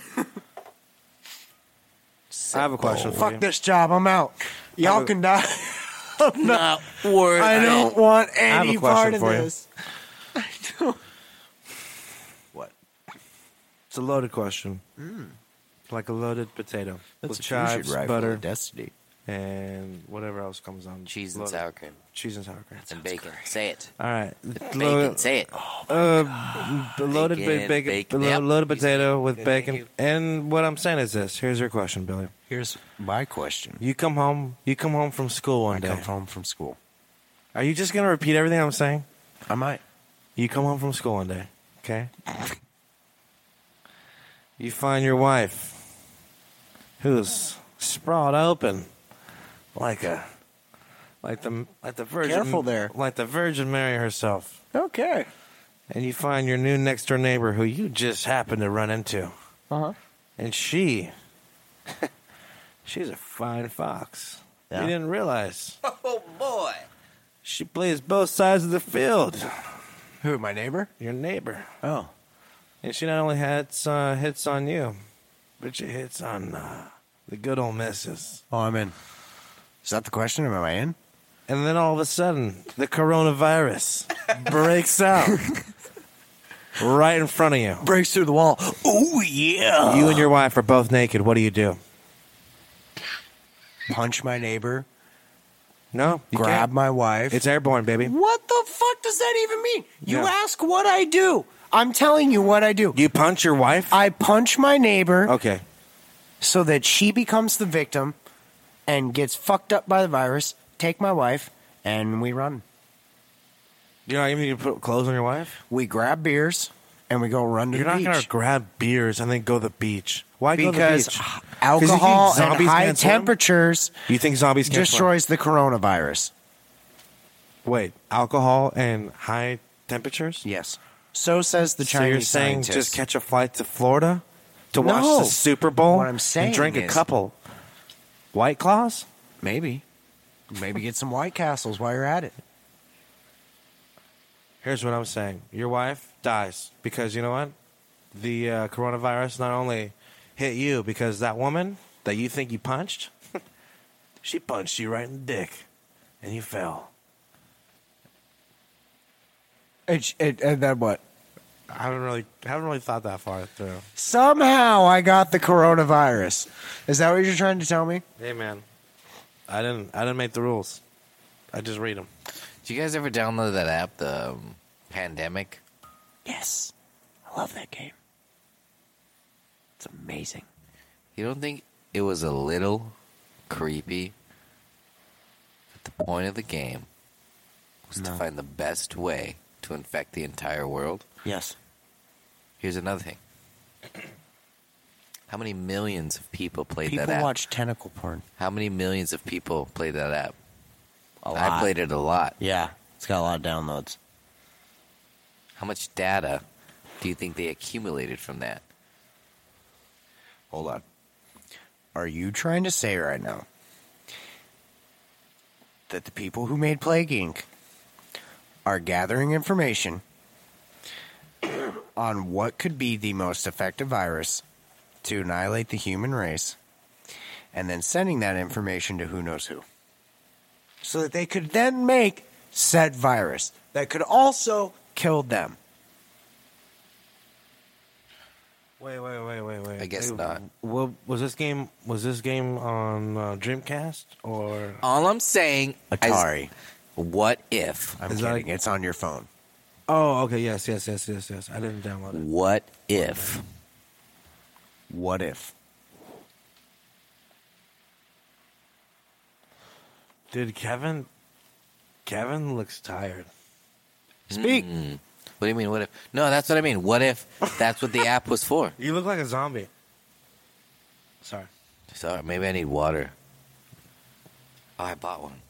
S3: have a question. For you.
S1: this job. I'm out.
S3: Y'all can
S1: [laughs] die.
S2: Not worth.
S1: want
S3: have a any question part of for you. this.
S1: What?
S3: It's a loaded question.
S2: Hmm.
S3: Like a loaded potato with chives, butter,
S1: butter, destiny.
S3: and whatever else comes on.
S2: Cheese and
S3: Loaded.
S2: sour cream
S3: Cheese and sour cream.
S2: and bacon. Say it.
S3: All right.
S2: Bacon. Say it.
S3: Uh, b- loaded bacon,
S2: Bacon,
S3: bacon,
S2: bacon.
S3: lo-
S2: Yep.
S3: loaded potato with
S2: Good, thank
S3: bacon.
S2: you.
S3: And what I'm saying is this: here's your question, Billy.
S1: Here's my question.
S3: You come home. You come home from school one
S1: I
S3: day.
S1: come home from school.
S3: Are you just gonna repeat everything I'm saying?
S1: I might.
S3: You come home from school one day, okay? You find your wife, who's sprawled open, like a, like the like the Virgin,
S1: Careful there.
S3: like the Virgin Mary herself,
S1: Okay.
S3: and you find your new next door neighbor who you just happened to run into,
S1: Uh huh.
S3: and she, [laughs] she's a fine fox.
S1: Yeah.
S3: You didn't realize
S2: Oh boy.
S3: she plays both sides of the field.
S1: Who? My neighbor?
S3: Your neighbor.
S1: Oh.
S3: And she not only hits uh, hits on you, but she hits on uh, the good old missus.
S1: Oh, I'm in. Is that the question? Am I in?
S3: And then all of a sudden, the
S2: [laughs]
S3: coronavirus breaks out right in front of you.
S1: Breaks through the wall. Oh yeah.
S3: You and your wife are both naked. What do you do?
S1: punch my neighbor.
S3: No, you
S1: grab
S3: can't.
S1: my wife.
S3: It's airborne, baby.
S1: what the fuck does that even mean? You
S3: Yeah.
S1: ask what I do. I'm telling you what I do.
S3: You punch your wife.
S1: I punch my neighbor
S3: Okay.
S1: so that she becomes the victim and gets fucked up by the virus. Take my wife and we run.
S3: You're not even gonna put clothes on your wife.
S1: We grab beers and we go run to
S3: You're
S1: the
S3: not
S1: beach.
S3: gonna grab beers and then go to the beach. Why go to the
S1: because
S3: beach? you think
S1: alcohol and
S3: zombies
S1: high
S3: can't swim?
S1: temperatures
S3: You think zombies can
S1: destroys the coronavirus.
S3: Wait, alcohol and high temperatures.
S1: Yes. So says the
S3: So
S1: Chinese
S3: you're saying
S1: scientist.
S3: just catch a flight to Florida to watch
S1: No.
S3: the Super Bowl
S1: What I'm saying
S3: and drink
S1: is-
S3: a couple White Claws?
S1: Maybe. Maybe get some White Castles while you're at it.
S3: Here's what I'm saying: your wife dies because you know what? The uh, coronavirus not only hit you because that woman that you think you punched, [laughs] she punched you right in the dick, and you fell.
S1: It, it, and then what?
S3: I haven't really, I haven't really thought that far through.
S1: Somehow I got the coronavirus. Is that what you're trying to tell me?
S3: Hey, man, I didn't, I didn't make the rules. I just read them.
S2: Do you guys ever download that app, the um, Pandemic?
S1: Yes. I love that game. It's amazing.
S2: You don't think it was a little creepy? But the point of the game was to
S1: No.
S2: find the best way to infect the entire world.
S1: Yes.
S2: Here's another thing. [clears throat] How many millions of people played
S1: People
S2: that app?
S1: watch tentacle porn.
S2: How many millions of people played that app?
S1: A
S2: I played it a lot.
S1: Yeah. It's got a lot of downloads.
S2: How much data do you think they accumulated from that?
S1: Hold on. Are you trying to say right now that the people who made Plague Inc. are gathering information on what could be the most effective virus to annihilate the human race and then sending that information to who knows who? So that they could then make said virus that could also kill them.
S3: Wait, wait, wait, wait, wait.
S2: I guess
S3: Wait,
S2: not.
S3: What was this game? Was this game on uh, Dreamcast or?
S2: All I'm saying is,
S1: Atari.
S2: what if?
S1: I'm
S3: Is that-
S1: kidding. It's on your phone.
S3: Oh, okay. Yes, yes, yes, yes, yes. I didn't download it.
S2: What if?
S1: What if?
S3: Dude, Kevin, Kevin looks tired.
S1: Speak.
S2: What do you mean? What if? No, that's what I mean. What if that's what the app was for?
S3: You look like a zombie. Sorry.
S2: Sorry, maybe I need water. Oh, I bought one.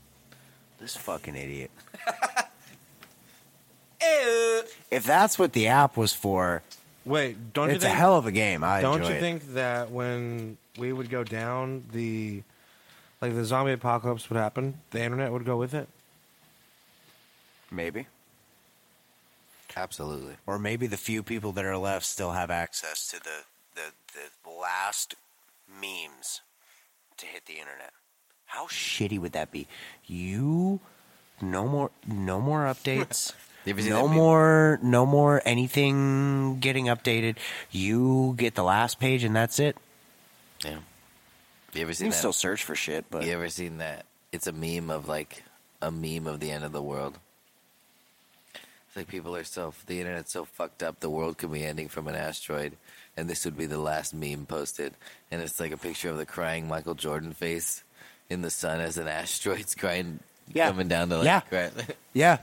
S1: This fucking
S3: [laughs]
S1: idiot.
S2: Ew.
S1: If that's what the app was for,
S3: Wait, don't you
S1: it's a
S3: think,
S1: hell of a game. I
S3: don't
S1: enjoy
S3: you
S1: it.
S3: think that when we would go down the like the zombie apocalypse would happen, the internet would go with it?
S1: Maybe.
S2: Absolutely.
S1: Or maybe the few people that are left still have access to the, the, the last memes to hit the internet. How shitty would that be? You no more no more
S3: [laughs]
S1: updates.
S2: You ever seen
S1: no
S2: that meme?
S1: more no more anything getting updated. You get the last page and that's it.
S2: Yeah. You ever
S1: You
S2: seen
S1: can
S2: that?
S1: still search for shit, but
S2: You ever seen that? It's a meme of like a meme of the end of the world. It's like people are so the internet's so fucked up. The world could be ending from an asteroid, and this would be the last meme posted. And it's like a picture of the crying Michael Jordan face in the sun as an [laughs] asteroid's crying,
S1: Yeah.
S2: coming down to like
S1: Yeah.
S2: cry-
S1: yeah.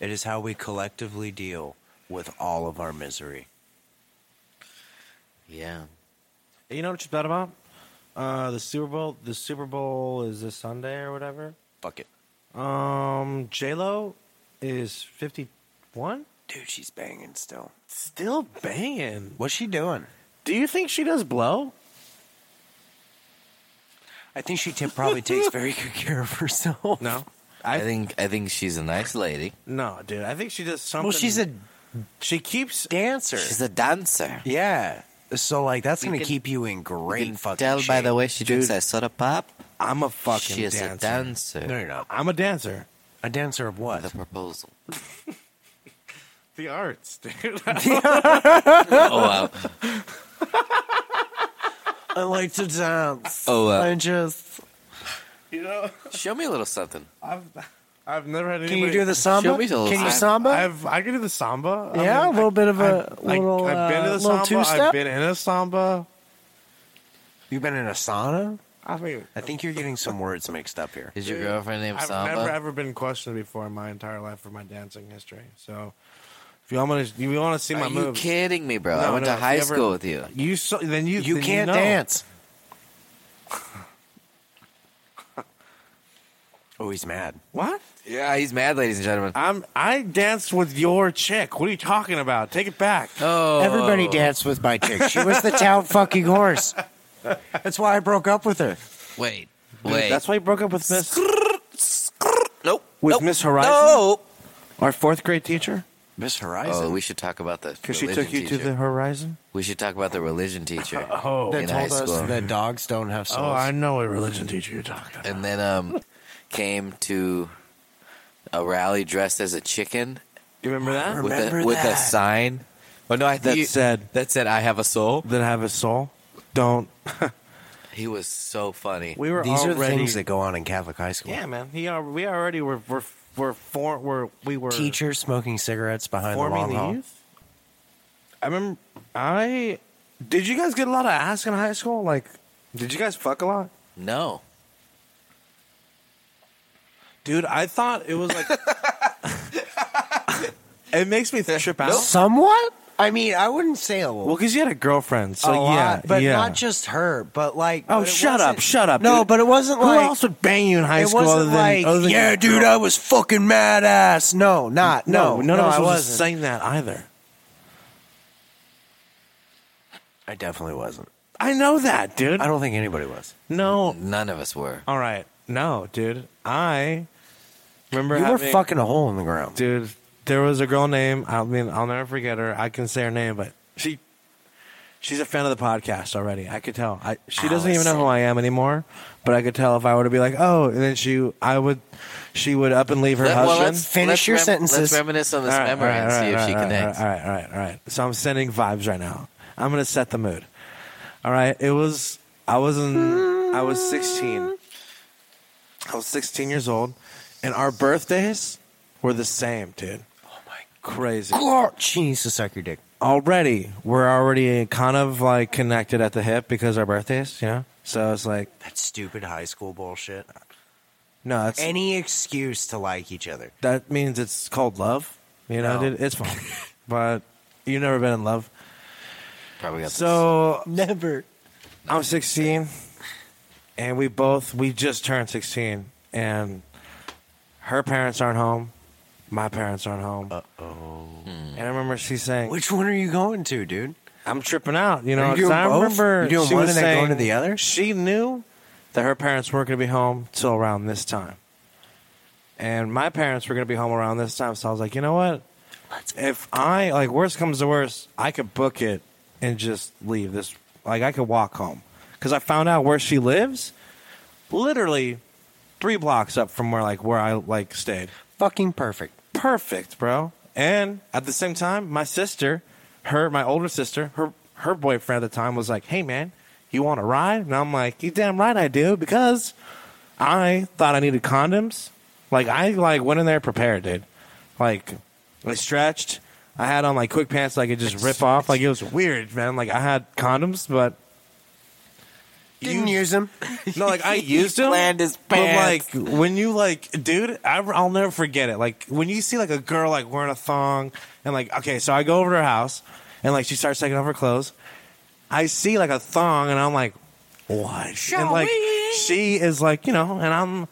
S1: It is how we collectively deal with all of our misery.
S2: yeah.
S3: You know what you thought about? Uh, the Super Bowl. The Super Bowl is this Sunday or whatever.
S1: Fuck it.
S3: Um, J Lo is fifty-one,
S1: Dude, she's banging still.
S3: still banging.
S1: What's she doing?
S3: Do you think she does blow?
S1: I think she t- probably [laughs] takes very good care of herself.
S3: No,
S2: I think I think she's a nice lady.
S3: no, dude. I think she does something.
S1: Well, she's a
S3: she keeps.
S1: dancer.
S2: She's a dancer.
S1: yeah. So like that's
S2: You
S1: going to
S2: can-
S1: keep you in
S2: You
S1: great
S2: can
S1: fucking
S2: tell by
S1: shape.
S2: the way she drinks that soda pop.
S3: I'm a fucking.
S2: she is
S3: dancer.
S2: a dancer.
S1: No, you're not.
S3: I'm a dancer.
S1: A dancer of
S2: The
S1: what?
S2: proposal.
S3: The
S1: [laughs]
S3: arts, [laughs] dude.
S2: oh wow. [laughs]
S1: I like to dance.
S2: Oh wow.
S1: just
S3: you know,
S2: Show me a little something.
S3: I've I've never had
S1: Can you
S3: anybody.
S1: do the samba?
S2: Show me the
S1: Can you
S2: I've-
S1: samba?
S3: I've I can do the samba. I
S1: yeah,
S3: mean,
S1: a little bit of
S3: I-
S1: a
S3: I-
S1: little.
S3: I've been
S1: uh,
S3: to the
S1: little
S3: samba.
S1: two
S3: I've
S1: step.
S3: been in a samba.
S1: You've been in a sauna.
S3: I mean,
S1: I think you're getting some words mixed up here.
S2: Is your girlfriend named
S3: I've
S2: Samba?
S3: never ever been questioned before in my entire life for my dancing history. So, if you want to, you want to see my
S2: Are
S3: moves,
S2: you kidding me, bro? I
S3: No,
S2: went
S3: no,
S2: to
S3: if
S2: high
S3: you ever-
S2: school with you.
S3: you so, then you
S1: You
S3: then
S1: can't
S3: know.
S1: dance. [laughs] oh, he's mad.
S3: What?
S2: Yeah, he's mad, ladies and gentlemen.
S3: I'm I danced with your chick. What are you talking about? Take it back.
S2: Oh,
S1: Everybody danced with my chick. She was [laughs] the town fucking horse. That's why I broke up with her.
S2: Wait,
S3: Dude,
S2: wait.
S3: That's why you broke up with Miss
S2: nope.
S3: with
S2: nope.
S3: Miss Horizon,
S2: Nope.
S3: our fourth grade teacher,
S1: Miss
S2: Oh,
S1: Horizon.
S2: we should talk about the
S3: because she
S2: religion
S3: took you
S2: teacher.
S3: to the horizon.
S2: We should talk about the religion teacher.
S3: [laughs] Oh,
S2: in high school.
S1: that dogs don't have
S3: oh, I know what religion teacher you're talking. about.
S2: and then um, came to a rally dressed as a chicken
S3: You remember that?
S2: with a
S1: Remember
S2: with a
S1: that.
S2: sign. Oh no, I think
S3: That
S2: you-
S3: said-
S2: that said I have a soul.
S3: That have a soul. Don't.
S2: He was so funny.
S3: We were
S1: These are the
S3: already.
S1: things that go on in Catholic high school.
S3: yeah, man. He are, we already were were were for, were we were
S1: Teachers smoking cigarettes behind the
S3: forming
S1: long
S3: the,
S1: hall.
S3: youth. I remember. I did. You guys get a lot of ass in high school? Like, did you guys fuck a lot?
S2: no,
S3: Dude, I thought it was
S1: [laughs]
S3: like. it makes me trip out.
S1: Somewhat? I mean, I wouldn't say a
S3: Well,
S1: little.
S3: because you had a girlfriend, so
S1: a
S3: yeah,
S1: lot, but
S3: yeah.
S1: not just her, but like.
S3: Oh,
S1: but it
S3: shut up,
S1: wasn't-
S3: shut up.
S1: No,
S3: dude.
S1: but it wasn't
S3: who
S1: like.
S3: else would bang you in high
S1: it
S3: school
S1: wasn't
S3: other than,
S1: like,
S3: other than
S1: yeah,
S3: your
S1: dude,
S3: girl?"
S1: I was fucking mad ass. No, not no,
S3: no, none of us
S1: I
S3: was
S1: wasn't.
S3: saying that either.
S1: I definitely wasn't.
S3: I know that, dude.
S1: I don't think anybody was.
S3: No.
S2: none of us were.
S3: All right. No, dude. I remember
S1: you were
S3: having-
S1: fucking a hole in the ground.
S3: dude. There was a girl named. I mean, I'll never forget her. I can say her name, but she, she's a fan of the podcast already. I could tell. I, she doesn't even know who I am anymore, but I could tell if I were to be like, oh, and then she, I would, she would up and leave her
S2: Let- well,
S3: husband.
S2: let's-
S1: Finish
S2: let's
S1: your
S2: rem-
S1: sentences.
S2: Let's reminisce on this
S3: All right,
S2: memory
S3: all right, all
S2: and see if
S3: right,
S2: she
S3: all right,
S2: connects.
S3: All right, all right, all right. So I'm sending vibes right now. I'm gonna set the mood. All right. It was I was in I was 16. I was 16 years old, and our birthdays were the same, dude. Oh my, crazy.
S1: God, she needs to suck your dick.
S3: Already, we're already kind of like connected at the hip because our birthdays, you know. So it's like,
S1: That stupid high school bullshit.
S3: no, that's,
S1: Any excuse to like each other.
S3: that means it's called love, you know,
S1: No.
S3: dude. It's
S2: [laughs]
S3: fun, but you've never been in love.
S2: Probably got
S3: So
S1: Never.
S3: I'm 16, and we both we just turned 16, and Her parents aren't home. My parents aren't home. Uh oh. And I remember she saying,
S1: Which one are you going to, dude?
S3: "I'm tripping out," you
S1: Are
S3: know.
S1: you doing
S3: so I
S1: both?
S3: remember
S1: You're doing
S3: she
S1: one and
S3: was
S1: then
S3: saying,
S1: going to the other?
S3: She knew that her parents weren't going to be home till around this time, and my parents were going to be home around this time. So I was like, you know what? if I like worst comes to worst, I could book it and just leave this. Like I could walk home because I found out where she lives, literally three blocks up from where like where I like stayed.
S1: Fucking perfect.
S3: Perfect, bro. And at the same time, my sister, her my older sister, her her boyfriend at the time was like, "Hey man, you want a ride?" And I'm like, "You damn right I do," because I thought I needed condoms. Like I like went in there prepared, dude. Like I stretched. I had on like quick pants that I could just rip off. Like it was weird, man. Like I had condoms, but
S1: Didn't use [laughs] them.
S3: no, like
S2: [laughs]
S3: I used them.
S2: planned his pants.
S3: But like when you like, dude, I, will never forget it. Like when you see like a girl like wearing a thong and like, okay, so I go over to her house and like she starts taking off her clothes. I see like a thong and I'm like, what? and like she is like, you know, and I'm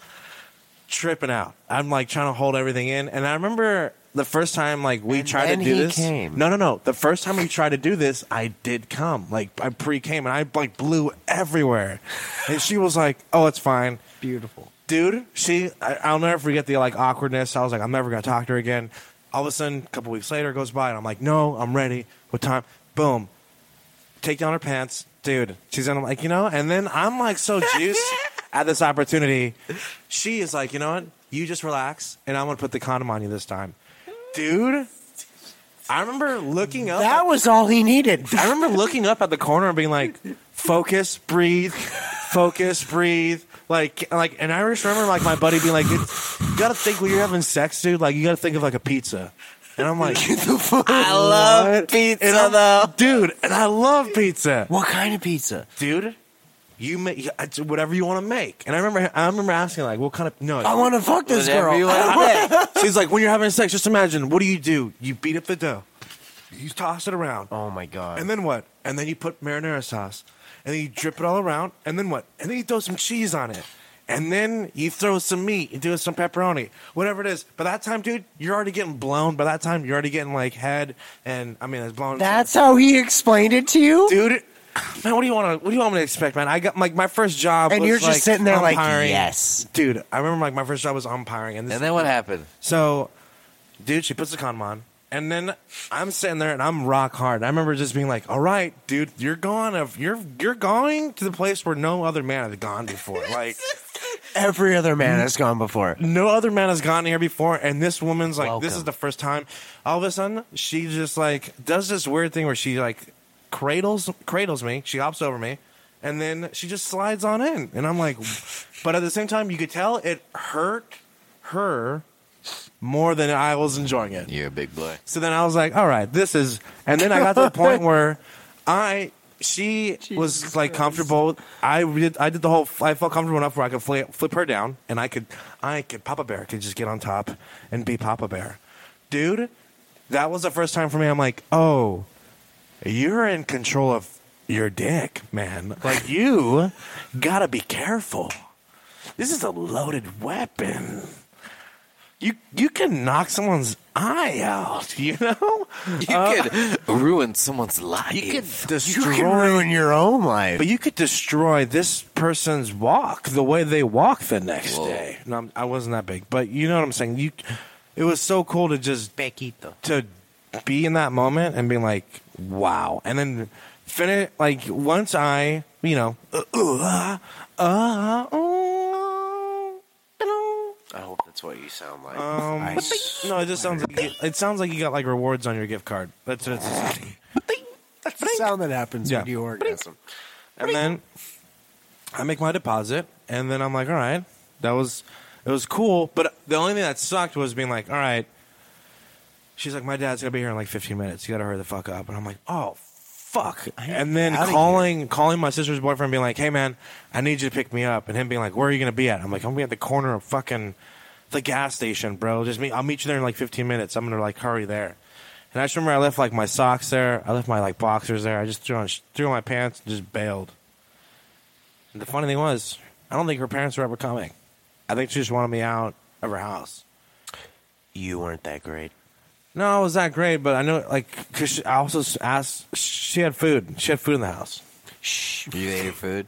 S3: tripping out. I'm like trying to hold everything in. And I remember the first time like we tried
S1: then
S3: to do
S1: he
S3: this.
S1: came.
S3: No, no, no. The first time we tried to do this, I did come. Like I pre came and I like blew everywhere. And she was like, "Oh, it's fine."
S1: Beautiful.
S3: dude, she, I, I'll never forget the like awkwardness. I was like, I'm never gonna talk to her again. All of a sudden, a couple weeks later goes by, and I'm like, no, I'm ready. What time? Boom. Take down her pants, dude. She's in. I'm like, you know, and then I'm like so juiced at this opportunity. She is like, you know what? You just relax, and I'm gonna put the condom on you this time, dude. I remember looking up.
S1: That was all he [laughs] needed.
S3: I remember looking up at the corner and being like, "Focus, breathe, focus, breathe." Like, like, and I just remember like my buddy being like, it's, "You gotta think when you're having sex, dude. Like, you gotta think of like a pizza." And I'm like,
S2: [laughs] I love
S3: What?
S2: pizza
S3: And I'm-
S2: though.
S3: dude, and I love pizza,
S1: What kind of pizza?
S3: dude. You make whatever you want to make." And I remember, I remember asking like, "What kind of no?"
S1: I want to fuck this
S2: Whatever
S1: girl.
S2: you wanna
S3: [laughs]
S1: I-
S3: She's like, "When you're having sex, just imagine. What do you do? You beat up the dough, you toss it around,
S1: oh my god.
S3: And then what? And then you put marinara sauce. And then you drip it all around. And then what? And then you throw some cheese on it. And then you throw some meat. You do some pepperoni. Whatever it is. By that time, dude, you're already getting blown. By that time, you're already getting like head. And I mean, it's blown.
S1: That's how he explained it to you?
S3: dude. Man, what do you want to? What do you want me to expect, man? I got like my first job,
S1: And
S3: was,
S1: you're just
S3: like,
S1: sitting there like,
S3: umpiring.
S1: yes.
S3: dude. I remember like my first job was umpiring, and this
S2: And then what happened?
S3: so, dude, she puts the condom on. And then I'm sitting there and I'm rock hard. I remember just being like, "All right, dude, you're going of you're you're going to the place where no other man had gone before. Like
S1: Every other man has gone before.
S3: no other man has gone here before, and this woman's like, this
S1: Welcome.
S3: is the first time. All of a sudden, she just like does this weird thing where she like cradles cradles me. She hops over me, and then she just slides on in, and I'm like, [laughs] but at the same time, you could tell it hurt her more than I was enjoying it.
S2: You're a big boy.
S3: So then I was like, all right, this is. And then I got to the point where I she was like comfortable. I did I did the whole. I felt comfortable enough where I could flip, flip her down, and I could I could Papa Bear could just get on top and be Papa Bear, dude. That was the first time for me. I'm like, oh, you're in control of your dick, man. Like you gotta be careful. This is a loaded weapon. You you can knock someone's eye out, you [laughs] know?
S2: [laughs] You could ruin someone's life.
S1: You could destroy you can ruin your own life.
S3: But you could destroy this person's walk the way they walk the next
S2: Whoa.
S3: day. No, I'm- I wasn't that big, but you know what I'm saying. You, it was so cool to just
S1: Bequito.
S3: to be in that moment and be like, wow. And then finish, like, once I, you know, uh, uh, uh, um,
S1: I hope that's what you sound like.
S3: no, it just sounds like you, it sounds like you got like rewards on your gift card. That's what it's.
S1: That's the sound that happens
S3: Yeah.
S1: when you orgasm.
S3: and then I make my deposit, and then I'm like, all right, that was it was cool, but the only thing that sucked was being like, all right. She's like, my dad's gonna be here in like 15 minutes. You gotta hurry the fuck up. And I'm like, oh fuck. And then
S1: outta
S3: calling calling my sister's boyfriend, being like, hey man, I need you to pick me up, and him being like, where are you gonna be at? I'm like, I'm gonna be at the corner of fucking the gas station, bro. Just me. I'll meet you there in like 15 minutes. I'm gonna like hurry there. And I just remember I left like my socks there. I left my like boxers there. I just threw on threw on my pants and just bailed. And the funny thing was, I don't think her parents were ever coming. I think she just wanted me out of her house.
S1: you weren't that great.
S3: No, it was that great, but I know, like, cause she, I also s- asked. She had food. She had food in the house.
S1: Shh. [laughs]
S2: You ate your food.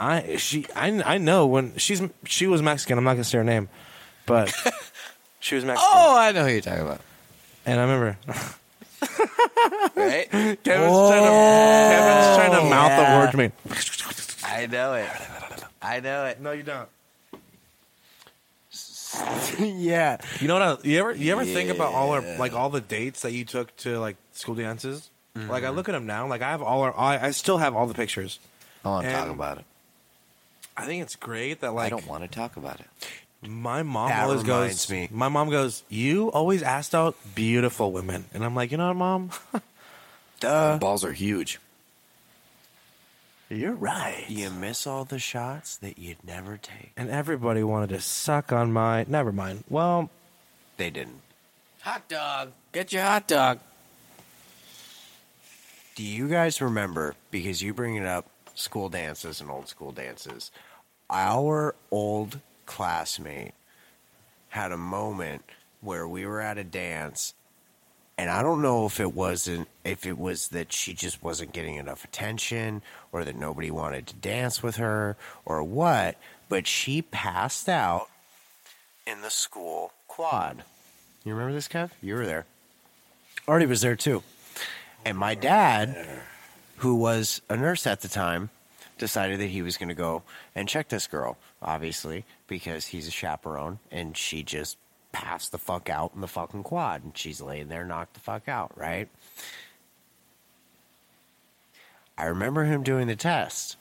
S3: I she I, I know when she's she was Mexican. I'm not gonna say her name, but [laughs] she was Mexican.
S2: Oh, I know who you're talking about.
S3: And I remember
S2: Right?
S3: Kevin's, trying, to, Kevin's trying to mouth
S2: yeah.
S3: the word to me.
S2: I know it. I know it.
S3: No, you don't.
S1: yeah.
S3: You know what? I, you ever you ever think about all our
S2: Yeah.
S3: like all the dates that you took to like school dances? Like I look at them now. Like I have all our I, I still have all the pictures.
S2: I want to
S3: And
S2: talk about it.
S3: I think it's great that
S2: I
S3: like
S2: don't want to talk about it.
S3: my mom
S1: That
S3: always
S1: reminds
S3: goes.
S1: me.
S3: My mom goes. You always asked out beautiful women, and I'm like, you know what, mom?
S1: Duh.
S2: Balls are huge.
S3: You're right.
S1: You miss all the shots that you'd never take.
S3: [laughs] and everybody wanted to suck on my. Never mind. Well,
S1: They didn't.
S2: Hot dog. Get your hot dog.
S1: Do you guys remember? Because you bring it up, school dances and old school dances. Our old classmate had a moment where we were at a dance, and I don't know if it wasn't if it was that she just wasn't getting enough attention, or that nobody wanted to dance with her, or what. But she passed out in the school quad. You remember this, Kev? You were there. Artie was there too. And my dad, who was a nurse at the time, decided that he was going to go and check this girl, obviously, because he's a chaperone and she just passed the fuck out in the fucking quad and she's laying there knocked the fuck out, right? I remember him doing the test.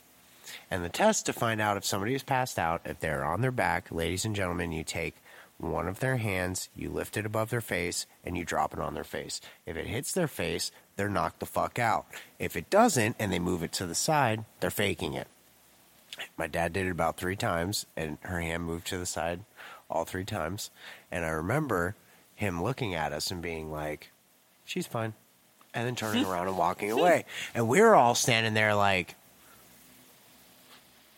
S1: And the test to find out if somebody is passed out, if they're on their back, ladies and gentlemen, you take one of their hands, you lift it above their face, and you drop it on their face. If it hits their face, they're knocked the fuck out. If it doesn't and they move it to the side, they're faking it. My dad did it about three times, and her hand moved to the side all three times. And I remember him looking at us and being like, she's fine. And then turning around and walking away. And we were all standing there like,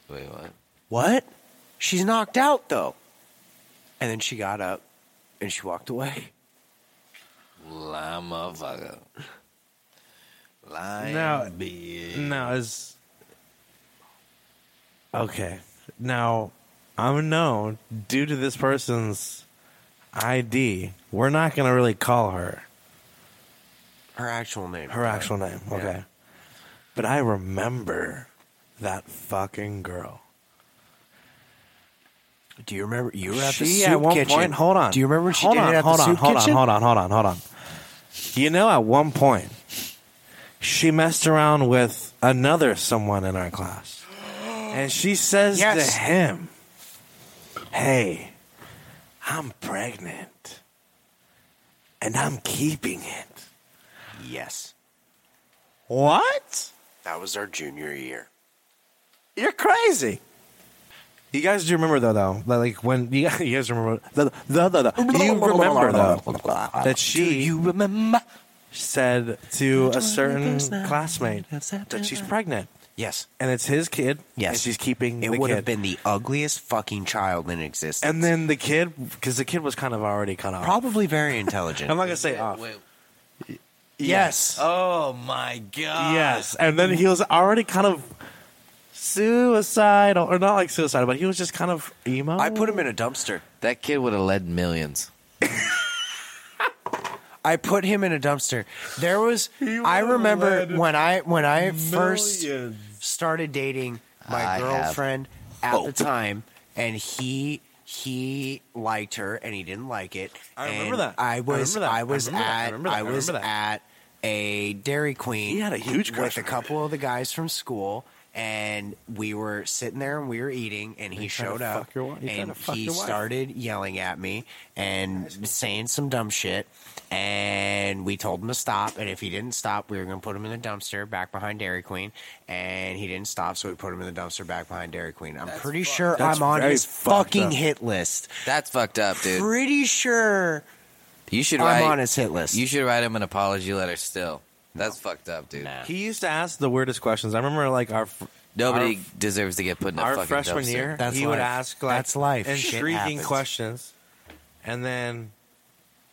S2: Wait, what?
S1: what? She's knocked out though. And then she got up and she walked away.
S2: Lama fucker. Lion
S3: No.
S2: bitch.
S3: now is okay. Now I'm known due to this person's ID. We're not gonna really call her
S1: Her actual name.
S3: her actual name,
S1: Yeah.
S3: okay? But I remember that fucking girl.
S1: Do you remember? You were at the
S3: She
S1: soup
S3: at one
S1: kitchen.
S3: point. Hold on.
S1: Do you remember when she
S3: hold
S1: did
S3: on,
S1: it at
S3: hold
S1: the
S3: on,
S1: soup
S3: hold
S1: kitchen?
S3: on, hold on, hold on, hold on. You know, at one point, she messed around with another someone in our
S1: [gasps]
S3: class, and she says
S1: Yes.
S3: to him, "Hey, I'm pregnant, and I'm keeping it."
S1: Yes,
S3: What?
S1: that was our junior year.
S3: You're crazy. You guys do remember though, though, that, like when you [laughs] guys, you guys remember the the the, the you remember though that she
S2: Do you remember?
S3: said to a certain classmate that she's pregnant
S1: Yes,
S3: and it's his kid.
S1: Yes.
S3: and she's keeping
S1: it
S3: the
S1: would
S3: kid.
S1: have been the ugliest fucking child in existence,
S3: And then the kid, because the kid was kind of already cut off.
S1: probably very [laughs] intelligent.
S3: I'm not gonna say off.
S2: Wait.
S1: yes,
S2: Oh my god.
S3: Yes, and then he was already kind of suicidal, or not like suicidal, but he was just kind of emo.
S1: I put him in a dumpster.
S2: That kid would have led millions.
S1: I put him in a dumpster. There was I remember
S3: led
S1: when I when I first
S3: millions.
S1: started dating my
S2: I have
S1: girlfriend at
S2: hope.
S1: the time and he he liked her and he didn't like it.
S3: I
S1: and
S3: remember that. I
S1: I was
S3: remember that. I
S1: I was
S3: remember that. I
S1: at
S3: remember that.
S1: I
S3: I
S1: was
S3: remember
S1: at a Dairy Queen
S3: He had a huge crush
S1: with a
S3: on her.
S1: couple of the guys from school and we were sitting there and we were eating and he,
S3: trying to
S1: showed up
S3: fuck your wi- he trying
S1: and
S3: to fuck
S1: he
S3: your wife.
S1: started started yelling at me and saying some dumb shit. And we told him to stop. And if he didn't stop, we were going to put him in the dumpster back behind Dairy Queen. And he didn't stop, so we put him in the dumpster back behind Dairy Queen. I'm pretty sure
S3: That's
S1: I'm on
S3: very
S1: his
S3: fucked
S1: fucking
S3: up.
S1: hit list.
S2: That's fucked up, dude.
S1: Pretty sure
S2: You should write
S1: I'm on his hit list.
S2: You should write him an apology letter still. That's fucked up, dude.
S1: Nah.
S3: He used to ask the weirdest questions. I remember like our fr-
S2: Nobody
S3: Our f-
S2: deserves to get put in a
S3: our
S2: fucking
S3: freshman
S2: dumpster.
S3: year,
S1: That's
S3: he would
S1: life.
S3: ask like
S1: That's life. Shit
S3: intriguing
S1: happens.
S3: questions, and then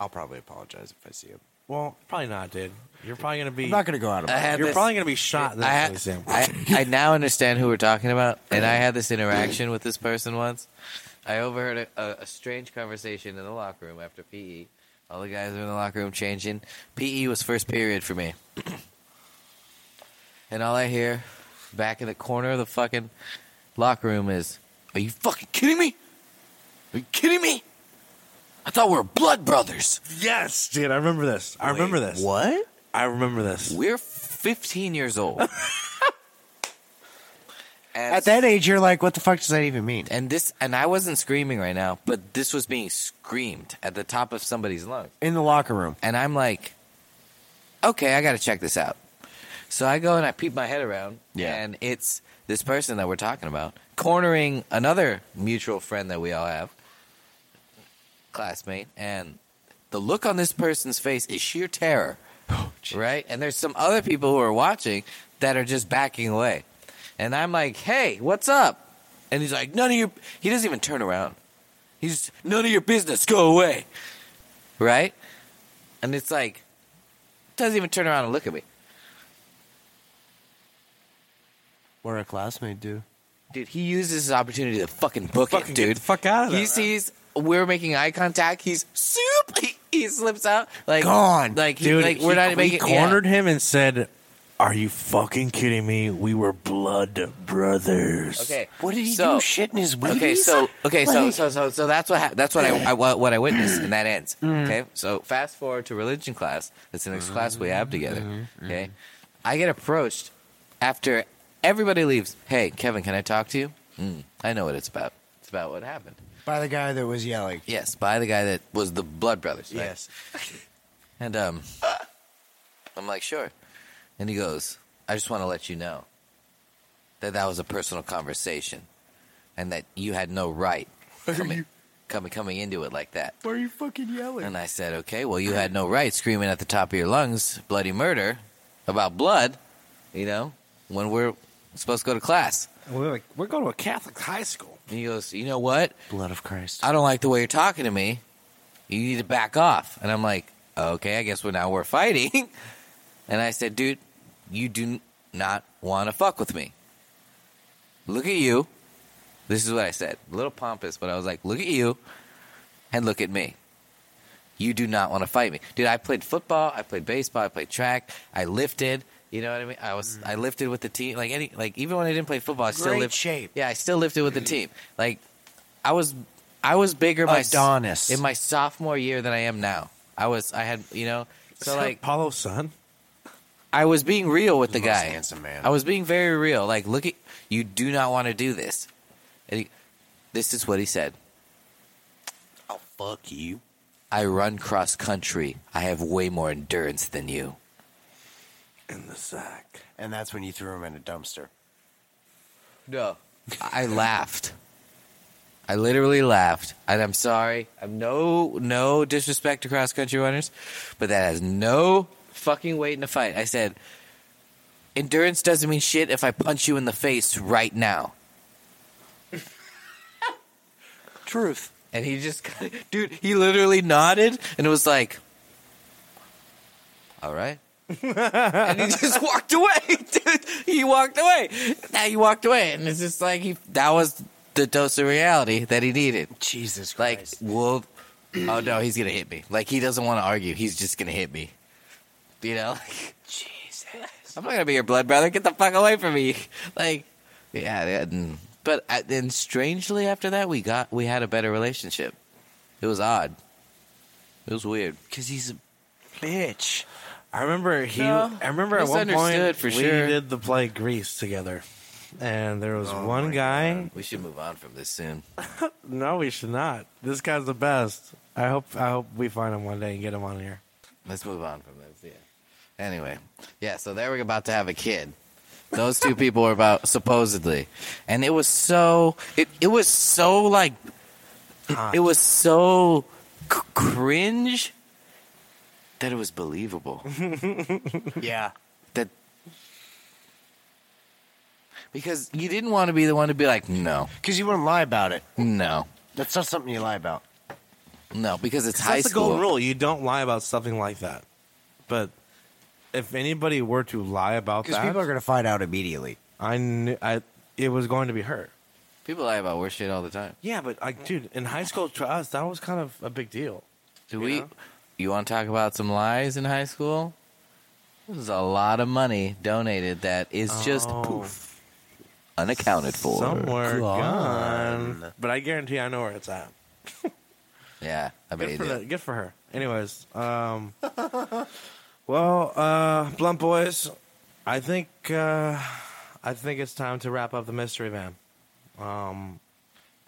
S1: I'll probably apologize if I see him.
S3: Well, probably not, dude. You're probably gonna be.
S1: I'm not going to go out of
S2: I
S1: my
S2: had
S3: you're
S2: this-
S3: probably gonna be shot. in
S2: I,
S3: That
S2: had-
S3: example.
S2: I, I now understand who we're talking about, and I had this interaction with this person once. I overheard a, a, a strange conversation in the locker room after PE. All the guys were in the locker room changing. PE was first period for me. [clears throat] and all I hear back in the corner of the fucking locker room is, Are you fucking kidding me? Are you kidding me? I thought we were blood brothers.
S3: yes, dude. I remember this. I remember
S2: Wait,
S3: this.
S2: What?
S3: I remember this.
S2: We're 15 years old.
S1: [laughs]
S2: And
S1: At that age, you're like, what the fuck does that even mean?
S2: and this and I wasn't screaming right now, but this was being screamed at the top of somebody's lungs.
S1: In the locker [gasps] room.
S2: And I'm like, okay, I got to check this out. So I go and I peep my head around,
S1: Yeah.
S2: and it's this person that we're talking about cornering another mutual friend that we all have, classmate, and the look on this person's face is sheer terror, right? And there's some other people who are watching that are just backing away, and I'm like, hey, what's up? And he's like, none of your. He doesn't even turn around. He's none of your business. Go away, right? And it's like, doesn't even turn around and look at me.
S1: What a classmate do.
S2: Dude, he uses his opportunity to fucking book
S3: Fucking
S2: it,
S3: get
S2: dude.
S3: the fuck out of there,
S2: He
S3: man.
S2: sees we're making eye contact. He's soup. [laughs] He, he slips out like
S1: Gone.
S2: Like he-
S3: dude,
S2: like we're
S3: he-
S2: not
S3: we
S2: making yeah.
S3: cornered him and said, "Are you fucking kidding me? We were blood brothers."
S2: Okay,
S1: What did he
S2: so,
S1: do? Shit in his weed?
S2: Okay, so okay, so so so so that's what hap that's what I, I what what I witnessed, and that ends. Okay, so fast forward to religion class. That's the next class we have together. Okay, I get approached after everybody leaves. Hey, Kevin, can I talk to you? Mm, I know what it's about. It's about what happened.
S1: By the guy that was yelling.
S2: Yes, by the guy that was the Blood Brothers. right?
S1: Yes.
S2: And um, I'm like, sure. And he goes, I just want to let you know that that was a personal conversation, and that you had no right coming coming coming into it like that.
S1: Why are you fucking yelling?
S2: And I said, okay, well, you had no right screaming at the top of your lungs, bloody murder, about blood, you know, when we're supposed to go to class.
S3: We're like, we're going to a Catholic high school.
S2: And he goes, you know what?
S1: Blood of Christ.
S2: I don't like the way you're talking to me. You need to back off. And I'm like, okay, I guess we're now we're fighting. [laughs] and I said, dude, you do not want to fuck with me. Look at you. This is what I said. A little pompous, but I was like, look at you and look at me. You do not want to fight me. Dude, I played football, I played baseball, I played track, I lifted. You know what I mean? I was I lifted with the team. Like any like even when I didn't play football, I still
S1: Great
S2: lifted.
S1: shape.
S2: Yeah, I still lifted with the team. Like I was I was bigger my
S1: Adonis.
S2: in my sophomore year than I am now. I was I had you know so like
S3: Paulo's son.
S2: I was being real with the
S1: He's the most
S2: guy.
S1: handsome man.
S2: I was being very real. Like look at you do not want to do this. And he, this is what he said.
S1: I'll fuck you.
S2: I run cross country. I have way more endurance than you.
S3: in the sack.
S1: And that's when you threw him in a dumpster.
S2: No. I laughed. I literally laughed. And I'm sorry. I'm no no disrespect to cross country runners, but that has no fucking weight in a fight. I said endurance doesn't mean shit if I punch you in the face right now.
S1: Truth.
S2: And he just [laughs] dude, he literally nodded and it was like All right. and he just walked away. [laughs] Dude, he walked away. Now he walked away and it's just like he that was the dose of reality that he needed.
S1: Jesus
S2: Like,
S1: Christ.
S2: well, oh no, he's gonna hit me. Like, he doesn't want to argue. He's just gonna hit me. You know, [laughs] like,
S1: Jesus.
S2: [laughs] I'm not gonna be your blood brother. Get the fuck away from me. [laughs] Like, yeah. yeah, mm. But I- then, strangely, after that, we got we had a better relationship. It was odd. It was weird.
S1: Because he's a bitch.
S3: I remember he.
S2: No,
S3: I remember at one
S2: misunderstood
S3: point
S2: for
S3: we
S2: sure.
S3: did the play Grease together, and there was
S1: Oh
S3: one
S1: my
S3: guy.
S2: We should move on from this soon.
S3: No, we should not. This guy's the best. I hope. I hope we find him one day and get him on here.
S2: Let's move on from this. Yeah. Anyway, yeah. So they were about to have a kid. Those two people were about supposedly, and it was so. It it was so like. It,
S3: Hot.
S2: it was so c- cringe that it was believable.
S1: [laughs] Yeah.
S2: that because you didn't want to be the one to be like, no,
S1: Because you wouldn't lie about it.
S2: no.
S1: That's not something you lie about.
S2: No, because it's
S3: 'Cause
S2: high
S3: that's the
S2: school.
S3: golden rule. You don't lie about something like that. But if anybody were to lie about
S1: Because
S3: that,
S1: people are going to find out immediately.
S3: I knew I, it was going to be her.
S2: People lie about worse shit all the time.
S3: Yeah, but like, dude, in high school to us, that was kind of a big deal.
S2: Do
S3: You
S2: we?
S3: know?
S2: You want to talk about some lies in high school? There's a lot of money donated that is just
S3: Oh.
S2: poof, unaccounted for.
S3: Somewhere
S1: Gone.
S3: gone. But I guarantee I know where it's at.
S2: Yeah, I bet
S3: Good
S2: you
S3: for,
S2: do.
S3: that. Good for her. Anyways, um, [laughs] well, uh, blunt boys, I think uh, I think it's time to wrap up the mystery van. Um,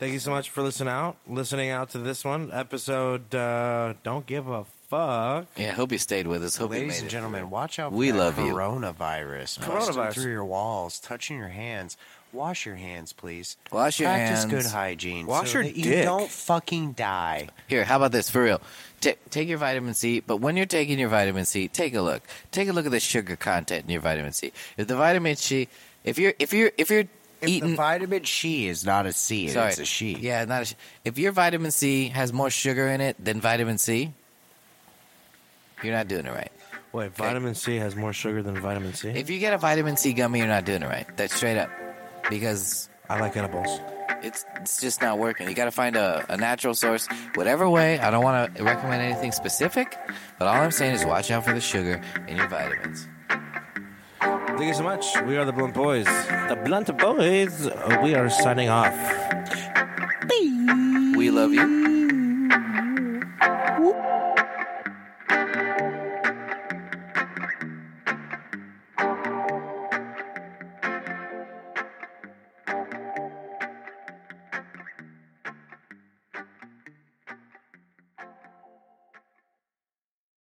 S3: thank you so much for listening out, listening out to this one episode. Uh, Don't give a fuck.
S2: Yeah, hope you stayed with us. Hope you made
S1: Ladies
S2: it.
S1: and gentlemen, watch out for
S2: We
S1: that
S2: love you.
S1: coronavirus.
S3: Coronavirus.
S1: Coronavirus. Through your walls, touching your hands. Wash your hands, please.
S2: Wash your
S1: Practice
S2: hands.
S1: good hygiene.
S3: Wash
S1: so
S3: your
S1: that You
S3: dick.
S1: don't fucking die.
S2: Here, how about this for real? Ta take your vitamin C, but when you're taking your vitamin C, take a look. Take a look at the sugar content in your vitamin C. If the vitamin C, if you're if you're if you're
S1: If
S2: eating
S1: the vitamin she is not a C,
S2: sorry,
S1: it's a she.
S2: Yeah, not a she. If your vitamin C has more sugar in it than vitamin C, you're not doing it right.
S3: Wait, vitamin C has more sugar than vitamin C.
S2: If you get a vitamin C gummy, you're not doing it right. That's straight up, because
S3: I like edibles.
S2: it's it's just not working. You got to find a, a natural source, whatever way. I don't want to recommend anything specific, but all I'm saying is watch out for the sugar in your vitamins.
S3: Thank you so much. We are the Blunt Boys. The Blunt Boys. We are signing off.
S2: We love you.